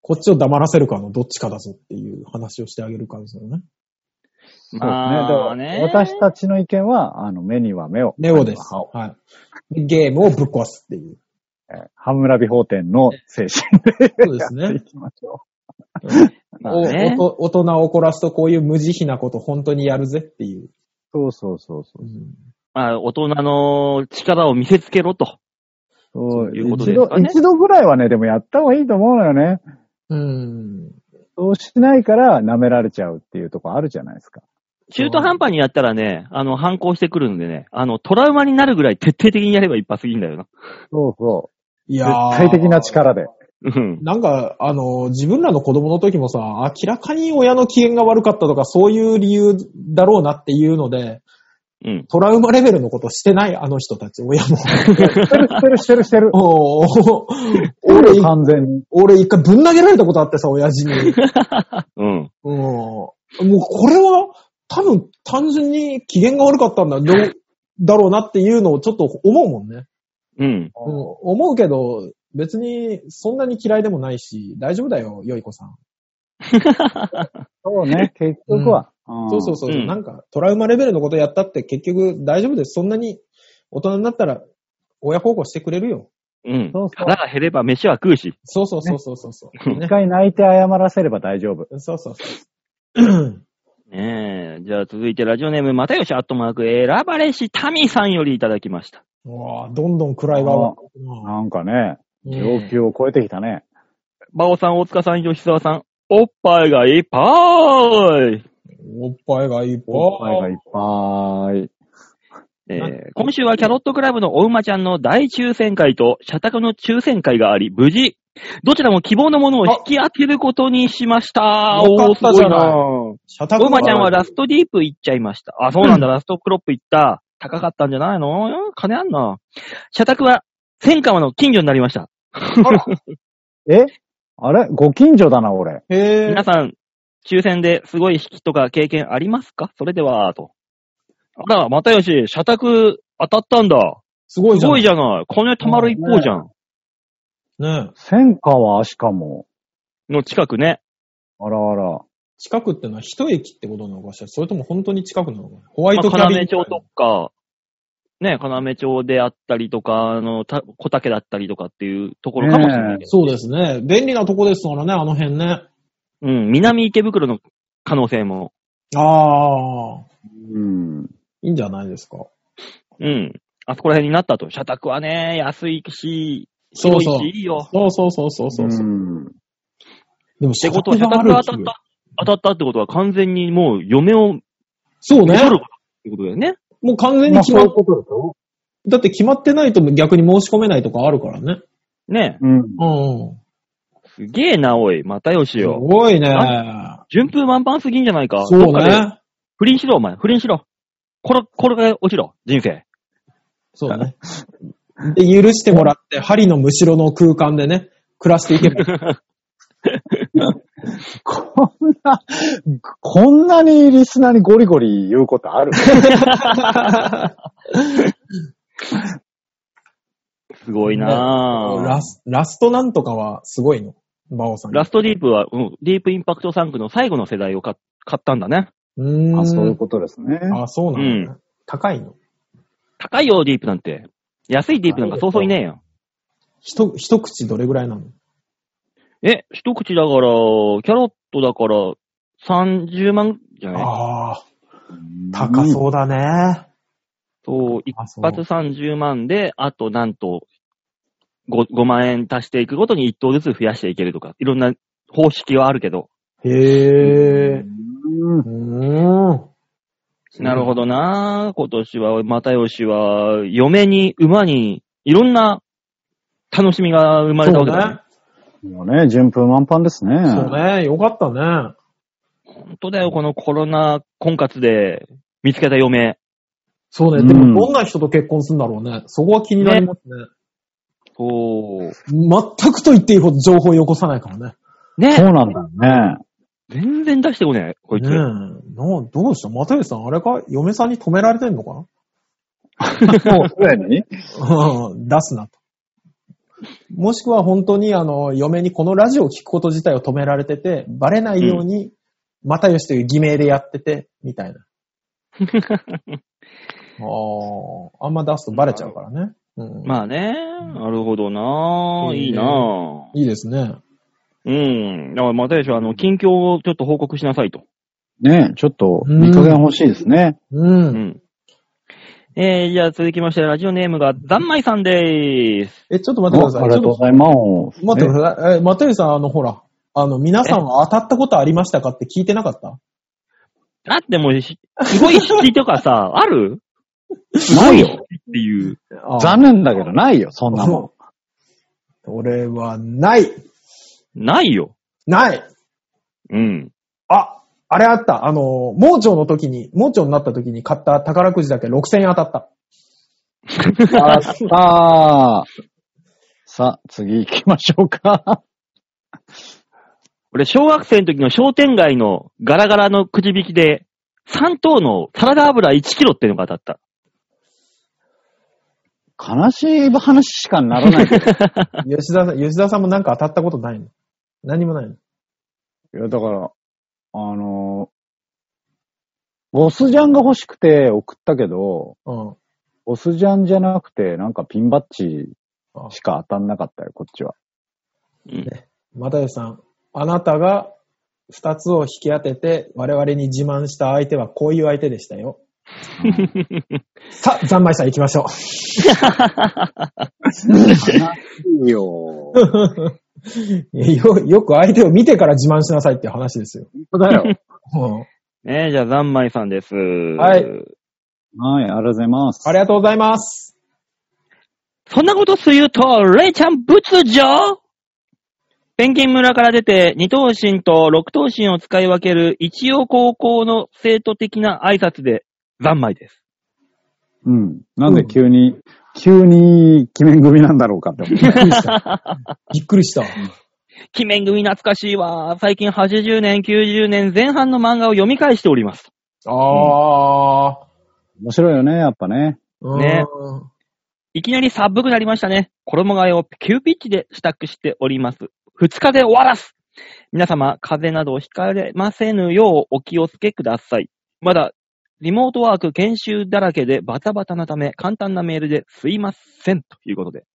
こっちを黙らせるかのどっちかだぞっていう話をしてあげる感じだよね。
ん。
まあね
そうですだから私たちの意見は、あの、目には目を。
レオです。はい。でゲームをぶっ壊すっていう。
えーハムラビ法典の精神で
そうですね
やって いきましょ
まあね
おおと大人を怒らすとこういう無慈悲なこと本当にやるぜっていう。
う。 そうそうそうそう。
まあ、大人の力を見せつけろと。
そう
いうこと
一
です
度
かね、
一度ぐらいはね、でもやった方がいいと思うのよね。
うん。
そうしないから舐められちゃうっていうとこあるじゃないですか。
中途半端にやったらね、あの、反抗してくるんでね、あの、トラウマになるぐらい徹底的にやれば一発いいんだよな。
そうそう。
いや
絶
ー
対的な。力 で。
うん。
なんか、あの、自分らの子供の時もさ、明らかに親の機嫌が悪かったとか、そういう理由だろうなっていうので、
うん。
トラウマレベルのことしてない、あの人たち、親も。
してるしてるしてるして る。
おー俺、
完全に。
俺一回ぶん投げられたことあってさ、親父に。
うん。
うん。もうこれは、多分単純に機嫌が悪かったんだ、どうだろうなっていうのをちょっと思うもんね。
うん。
うん、思うけど、別にそんなに嫌いでもないし、大丈夫だよ、よい子さん。
そうね、結局は。ん
そうそうそう、
うん
なんかトラウマレベルのことやったって結局大丈夫です。そんなに大人になったら親孝行してくれるよ。
うん
そうそう。
腹が減れば飯は食うし。
そうそうそうそうそうそう、
一回泣いて謝らせれば大丈夫。
そうそうそう。
ねえ。じゃあ続いてラジオネーム、またよしアットマーク、選ばれし民さんよりいただきました。
うわぁ、どんどん暗いわ。
なんかね、
うん
ね
要求を超えてきたね。
バオさん、大塚さん、吉沢さん、おっぱいがいっぱい、
おっぱいがいっぱい。
おっぱいがいっぱい。
えー今週はキャロットクラブのお馬ちゃんの大抽選会と、社宅の抽選会があり、無事、どちらも希望のものを引き当てることにしました。
よか
おー、
っ
すご
たじゃ
い
ない
な。
社宅
お馬ちゃんはラストディープ行っちゃいました。あ、そうなんだ、ラストクロップ行った。高かったんじゃないのうん金あんな。社宅は、千川の近所になりました。
えあれご近所だな、俺。
へぇ
皆さん、抽選ですごい引きとか経験ありますかそれでは、と。あら、またよし、社宅当たったんだ。
すごいじ
す
ゃん。
ごいじゃない。金貯まる一方じゃん。
ねえ
千川しかも。
の近くね。
あらあら。
近くってのは一駅ってことなのかしらそれとも本当に近くなのかなホワイ
まあ、
トキャビ
金
ン。
町とか、ね、金町であったりとか、あの、た小竹だったりとかっていうところかもしれないけど。
そうですね。便利なとこですからね、あの辺ね。
うん、南池袋の可能性も。
ああ、
うん。
いいんじゃないですか。
うん。あそこら辺になったと。社宅はね、安いし、
そうそう
広いし、いいよ。
そうそうそうそうそう。
ん
でも
って
社
こ
宅
とは、社
があ
宅が当た
る
った、当たったってことは完全にもう嫁を
そうね
取。るってことだよね。
もう完全に
まあ
決
そう
ま
い
っ
う、ことでしょ
だって決まってないと逆に申し込めないとかあるからね。
ね
うん。
うん。
すげえな、おい。またよし
す
よ。
ごいね。
順風満帆すぎんじゃないか。
そう
どっかで
ね。
不倫しろ、お前。不倫しろ。これ、これが落ちろ。人生。
そうね。で、許してもらって、針のむしろの空間でね、暮らしていけば。
こんな、こんなにリスナーにゴリゴリ言うことある
すごいなぁ。
ラスラストなんとかはすごいの。バオさん。
ラストディープは、うん、ディープインパクト3区の最後の世代を買買ったんだね。
うーん。
あそういうことですね。
あ、そうなんだね、
う
高いの。
高いよ、ディープなんて。安いディープなんかそうそういねえよ。
ひと、一口どれぐらいなの
え、一口だから、キャロットだから、30万じゃない
ああ、高
う
そうだね。
そう、一
あそう
発30万で、あとなんと5、5万円足していくごとに1頭ずつ増やしていけるとか、いろんな方式はあるけど。
へえ。
ん。
うーん。
なるほどなぁ。今年は、又吉は、嫁に、馬に、いろんな楽しみが生まれた
そ
わけ
う
だ、ね
ね。。
もうね、順風満帆ですね。
そうね。よかったね。
本当だよ、このコロナ婚活で見つけた嫁。
そう
う
ね。
ん
でも、どんな人と結婚するんだろうね。そこは気になりますね。
そう。
全くと言っていいほど情報をよこさないからね。
そ
ね
うなんだよね。
全然出してこねえ、こい
ね
つ。
え。などうした又吉さん、あれか嫁さんに止められてんのか
もうすでに
な うん出すなと。もしくは本当に、あの、嫁にこのラジオを聞くこと自体を止められてて、バレないように、又吉という偽名でやってて、みたい な。ああ、あんま出すとバレちゃうからね。うん。
まあね、なるほどなぁ。
うん
いいなぁ。
いいですね。
うん。だから、またでしょ、あの、近況をちょっと報告しなさいと。
ね、ちょっと、見加減欲しいですね。
う。
うんん。えー、じゃあ続きまして、ラジオネームが、ざんまいさんでーす。
え、ちょっと待って
お
くだ
あ
さい。
り
ちょ
がと
っと
うございます。
待ってください。え、又吉さん、あの、ほら、あの、皆さんは当たったことありましたかって聞いてなかった
だってもうし、すごい引きとかさ、ある
えないよ。
っていう。
あー
残念だけどないよ、そんなも
俺はない。
ないよ。
ない。
うん。
あ、あれあった。あの、盲腸の時に、盲腸になった時に買った宝くじだけ6000円当たった。
ん。ああさあ、次行きましょうか。
俺、小学生の時の商店街のガラガラのくじ引きで、3等のサラダ油1キロっていうのが当たっ
悲しい話しかならないけど。
吉田さん、吉田さんもなんか当たったことないの何もないの
いや、だから、あのボスジャンが欲しくて送ったけど、
うん。
ボスジャンじゃなくて、なんかピンバッジしか当たんなかったよ、こっちは。
た。うん。
又吉さん、あなたが2つを引き当てて、我々に自慢した相手はこういう相手でしたよ。さあ、残枚さん行きましょ
悲しいよ。
う。いやよ、よく相手を見てから自慢しなさいっていう話ですよ。
当だよ。
うん
ねえ、じゃあ、ざんまいさんです。
い
はい、ありがとうございます。
ありがとうございます。
そんなことすると、レイちゃん仏女ペンギン村から出て、二等身と六等身を使い分ける一応高校の生徒的な挨拶で、ざんまいです。
うん。なんで急に、急に、鬼面組なんだろうかって思 う。
びっくりした。
鬼面組懐かしいわ。最近80年、90年前半の漫画を読み返しております。
ああ、
面白いよね、やっぱね。
うん
ねいきなり寒くなりましたね。衣替えを急ピッチで支度しております。二日で終わらす皆様、風邪などをひかれませぬようお気をつけください。まだ、リモートワーク研修だらけでバタバタなため、簡単なメールですいません。ということで。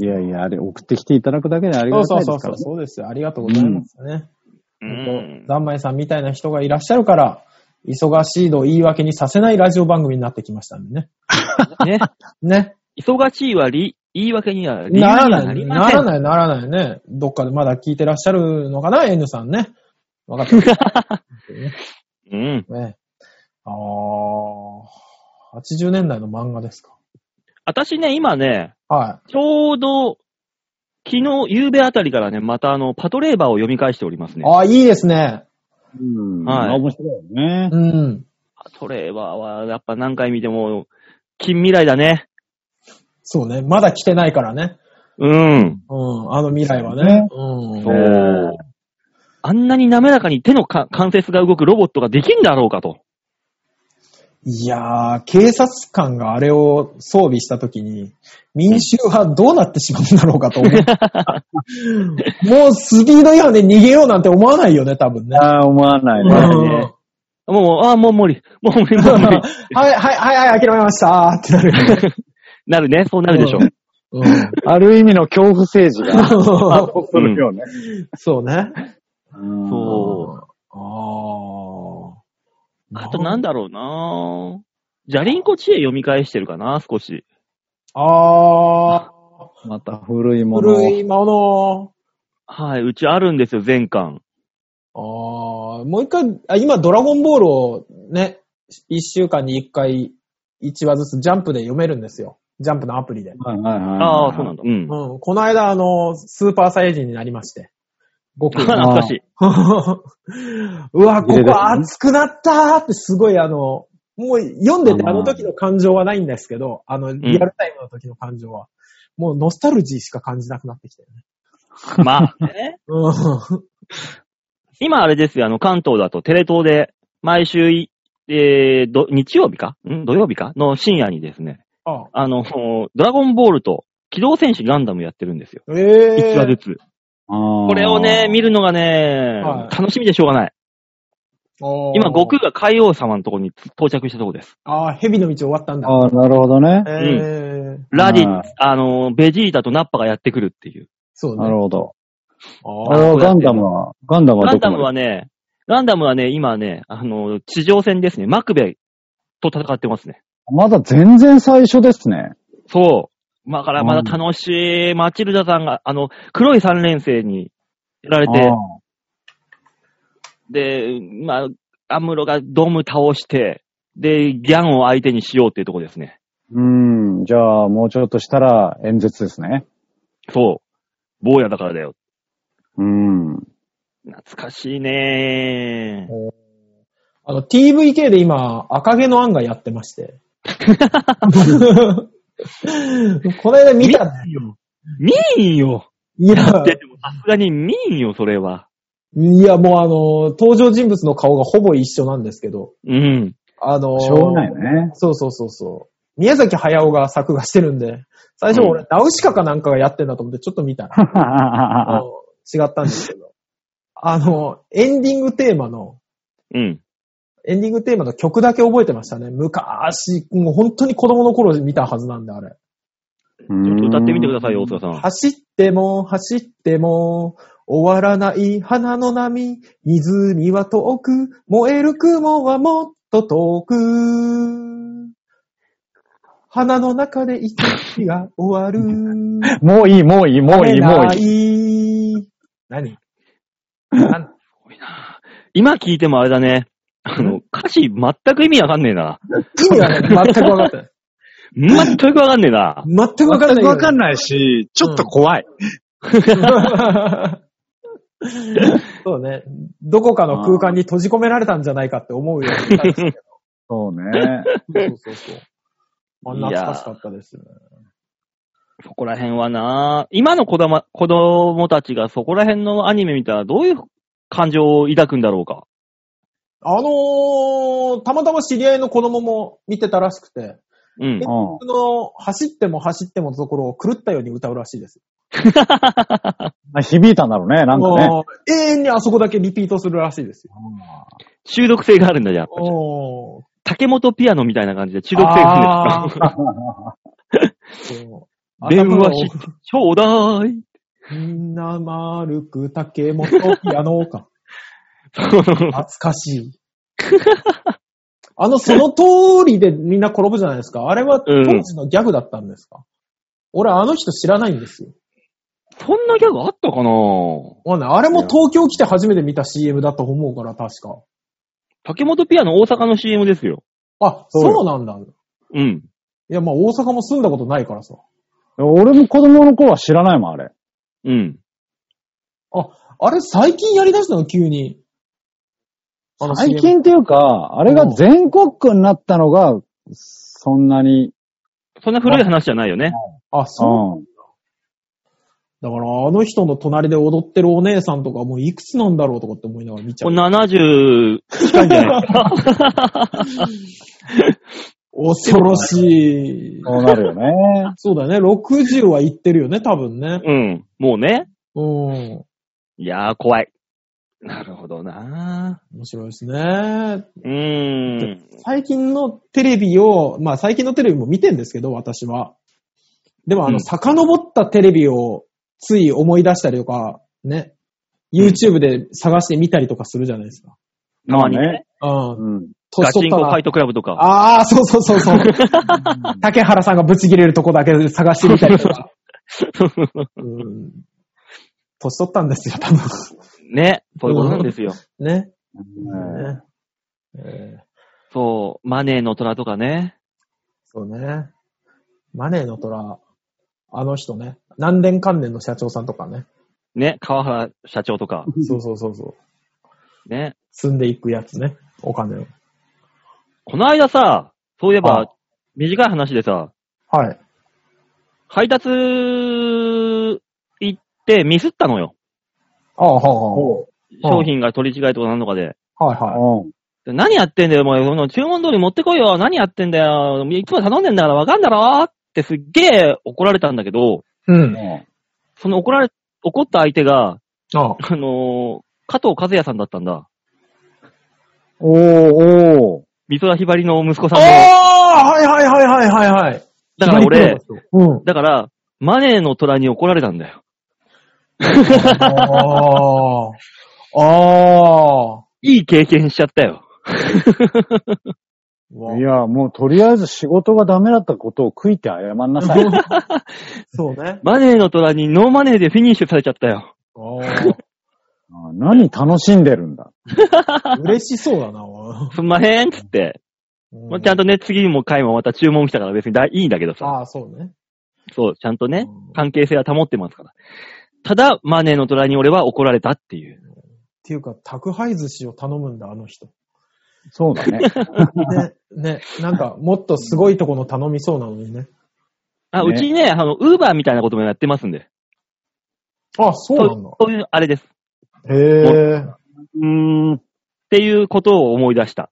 いやいや、あれ、送ってきていただくだけであり
そ
が
うそ
た
う
いで
そ
す
うそう、
からね。
そうですよ。ありがとうございますね。
う
本
ん
当。ざんまいさんみたいな人がいらっしゃるから、忙しいのを言い訳にさせないラジオ番組になってきましたんでね。
ね。
ね。
忙しいはり言い訳には理由に
な
は
らな、
ないり
な
ませ
ら
ん。
ない、ならないね。どっかでまだ聞いてらっしゃるのかな、N さんね。わかった。
うん。
ね。ああ、80年代の漫画ですか。
私ね、今ね、
は
ちょうど、昨日、夕べあたりからね、またあの、パトレーバーを読み返しております
い。
ね。
ああ、いいですね。
うん。
はい
まあ面白いよね。
うん。
それは、やっぱ何回見ても、近未来だね。
そうね。まだ来てないからね。
うん。
うん。あの未来はね
ね。
うん
そ。う。あんなに滑らかに手のか関節が動くロボットができんだろうかと。
いやー、警察官があれを装備したときに、民衆はどうなってしまうんだろうかと思 う。もうスピード違反で逃げようなんて思わないよね、多分ね。
ああ、思わな
う
い
ん
ね。
はい
もう、ああ、もう無理。もう無理、もう無 理。
はい、はい、はい、諦めましたーってなるよね。
なるね。そうなるでしょう。
うん
ある意味の恐怖政治 が。す
る
よね。
そうね。
うん
そう。
ああ。
あとなんだろうなジャリンコ知恵読み返してるかな、少し。
ああ。
また古いもの。
古いもの。
はい。うちあるんですよ、全巻。
ああ、もう一回、あ今、ドラゴンボールをね、一週間に一回、一話ずつジャンプで読めるんですよ。ジャンプのアプリで。
はいはいはいはい。
ああ、そうなんだ。うん。
うん。この間、あの、スーパーサイヤ人になりまして。悟
あ
空。
懐かしい。
うわ、ここ熱くなったーってすごいあの、もう読んでて
あー
あの時の感情はないんですけど、あの、リアルタイムの時の感情は、もうノスタルジーしか感じなくなってきてるね。
まあ、ね、
うん。
今あれですよ、あの、関東だとテレ東で、毎週い、えー、ど、日曜日かん土曜日かの深夜にですね、
あ
あの、ドラゴンボールと、機動戦士ガンダムやってるんですよ。
え
一話ず
え
つ。
こ
これをね、見るのがね、
はい
楽しみでしょうがない。
ー。
今、悟空が海王様のところに到着したところです。
ああ、蛇の道終わったんだ。
ああ、なるほどね。
ええ
ラディ
は、
あの、ベジータとナッパがやってくるっていう。
そう
な
ね
る。ほど。
あ
あれ
あ
はガンダムは、ガンダムは
ガン
ど
ダ
こ
ムは
まで
ね、ガンダムはね、今ね、あの、地上戦ですね、マクベと戦ってますね。
まだ全然最初ですね。
そう。だからまだ楽しい、マチルダさんが、あの、黒い三連星にやられて
あ、
で、まあ、アムロがドム倒して、で、ギャンを相手にしようっていうとこですね。
ーうん。じゃあ、もうちょっとしたら演説ですね。
そう。坊やだからだよ。
うん。
懐かしいね
あの、TVK で今、赤毛のアンがやってまして。 この間見たね。
ミーンよ
いや、
ででもさすがにミーンよ、それは。
いや、もうあの、登場人物の顔がほぼ一緒なんですけど、
うん。
あの、
しょうがないね。
そうそうそうそう。宮崎駿が作画してるんで、最初俺、ナウシカかなんかがやってんだと思ってちょっと見た ら、あの違ったんですけど。あの、エンディングテーマの、
うん。
エンディングテーマの曲だけ覚えてましたね。昔、もう本当に子供の頃見たはずなんで、あれ。
ちょっと歌ってみてくだ
い。
さいよ、大塚さん。
走っても、走っても、終わらない花の波、湖は遠く、燃える雲はもっと遠く。鼻の中で一日が終わる。
もういい、もういい、もういい、もういい。
いい。
何 なん
今聞いてもあれだね。あの、歌詞全く意味わかんねえな。
意味はね、
全く分かって ない。
全くわかんねえな。
全くわか
全
んないけ
く
ど。
わかんないし、ちょっと怖い。
そうね。
どこかの空間に閉じ込められたんじゃないかって思うようになりましたけど。
そうね。
そうそうそう。あんな懐かしかったですね。
そこら辺はな、今の子供子供たちがそこら辺のアニメ見たらどういう感情を抱くんだろうか。
あのー、たまたま知り合いの子供も見てたらしくて、
うん。
う
僕の走っても走ってものところを狂ったように歌うらしいです。
ん。響いたんだろうね、なんかね。
もう永遠にあそこだけリピートするらしい ですよ。
中毒性があるんだじゃん。
おー
竹本ピアノみたいな感じで中毒性があるんですか。
そう
電話し、 ちょうだい。
みんな丸く竹本ピアノか。懐かしい。あの、その通りでみんな転ぶじゃないですか。あれは当時のギャグだったんですか、俺、あの人知らないんですよ。
そんなギャグあったかな
わかんないあれも東京来て初めて見た CM だと思うから、確か。
竹本ピアノ大阪の CM ですよ。
あ、
そうよ
そうなんだ。い
うん。
や、まあ、大阪も住んだことないからさ。
俺も子供の頃は知らないもん、あれ。
うん。
あれ、最近やり出したの、急に。あの
最
CM
近っていうか、あれが全国区になったのが、そんなに。
そんな古い話じゃないよね。
あ、
う
そう。
ん。
だから、あの人の隣で踊ってるお姉さんとか、もういくつなんだろうとかって思いながら見ちゃ
こ
う
れ。70近いんじゃ ないですか。
恐ろしい。
そうなるよね。
そうだね。60は言ってるよね、多分ね。
うん。もうね。
うん。
いやー、怖い。なるほどな
面白いですね。
ーうーん。
最近のテレビを、まあ最近のテレビも見てんですけど、私は。でもあ
う
の、
ん
遡ったテレビをつい思い出したりとか、ね。YouTube で探してみたりとかするじゃないですか。
まあ
に
ね。
うん。
うん。
ガ
年
チン
取
コ
っ
フ
た
ァ
ら
イ。トクラブとか。
ああ、そうそうそうそう。竹原さんがブチ切れるとこだけ探してみたりと か。うん。年取ったんですよ、多分。
ね。そういうことなん ですよ。
ね。
うん
ねえー
そう。マネーの虎とかね。
そうね。マネーの虎、あの人ね。何年関連の社長さんとかね。
ね。川原社長とか。
そうそうそうそう。
ね。
積んでいくやつね。お金を。
この間さ、そういえ
は
ば、短い話でさ、
はい。
配達行ってミスったのよ。
ああ、はあ、はあ
商品が取り違いとかなんとかで。
あ。はいはい。
うん。
で何やってんだよ、お前。その注文通り持ってこいよ。何やってんだよ。いつも頼んでんだからわかんだろってすっげえ怒られたんだけど、
うん。
その怒られ、怒った相手が、
ああ。
あのー加藤和也さんだったんだ。
おー、おー。
美空ひばりの息子さんで。
ああはいはいはいはいはいはい。
だから俺、
うん。
だから、マネーの虎に怒られたんだよ。
ああ。ああ。
いい経験しちゃったよ。
うわ
いや、もうとりあえず仕事がダメだったことを悔いて謝ん なさい。
そうね。
マネーの虎にノーマネーでフィニッシュされちゃったよ。
あ
あ何楽しんでるんだ。
あ。 嬉しそうだな、お
すんまへんっつって。
い
まあちゃんとね、次も回もまた注文来たから別に大いいんだけどさ。
ああ、そうね。
そう、ちゃんとね。
うん
関係性は保ってますから。ただ、マネーの虎に俺は怒られたっていう。
っていうか、宅配寿司を頼むんだ、あの人。
そうだね。
ね、ね、なんか、もっとすごいとこの頼みそうなのにね。
あ、
ね
うちね、あの、ウーバーみたいなこともやってますんで。
あ、そうなんだ。
そういう、あれです。っ
へえ。
うーん。
ていうことを思い出した。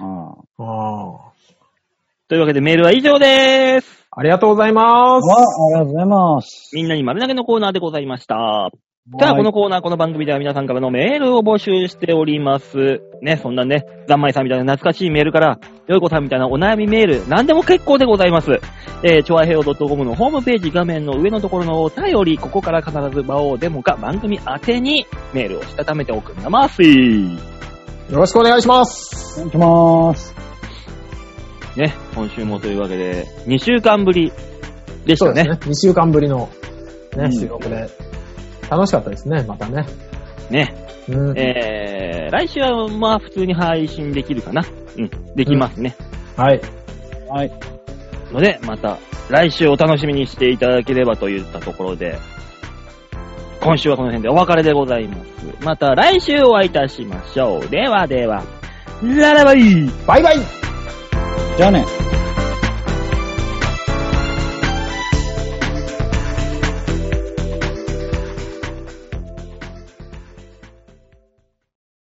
ああ
あ
というわけでメールは以上でーす。
ありがとうございま
わ
す。
ありがとうございます。
みんなに丸投げのコーナーでございました。さあ、このコーナー、この番組では皆さんからのメールを募集しております。ね、そんなね、ざんまいさんみたいな懐かしいメールから、よいこさんみたいなお悩みメール、なんでも結構でございます。えー、超愛平洋 .com のホームページ画面の上のところのお便り、ここから必ず場をデモか番組宛てにメールをしたためておくんなまーすい。
よろしくお願いします。
お願いします。
ね、今週もというわけで、2週間ぶりでし
そ
た
うで
ね。
すね。2週間ぶりの、
う
ね、
ん
収録で。楽しかったですね、またね。
ね。
うん。
えー、来週はまあ普通に配信できるかな。うん、できますね。
はい。
はい。
ので、また来週お楽しみにしていただければといったところで、今週はこの辺でお別れでございます。また来週お会いいたしましょう。ではでは、ララバイ
バイバイ
じゃあね。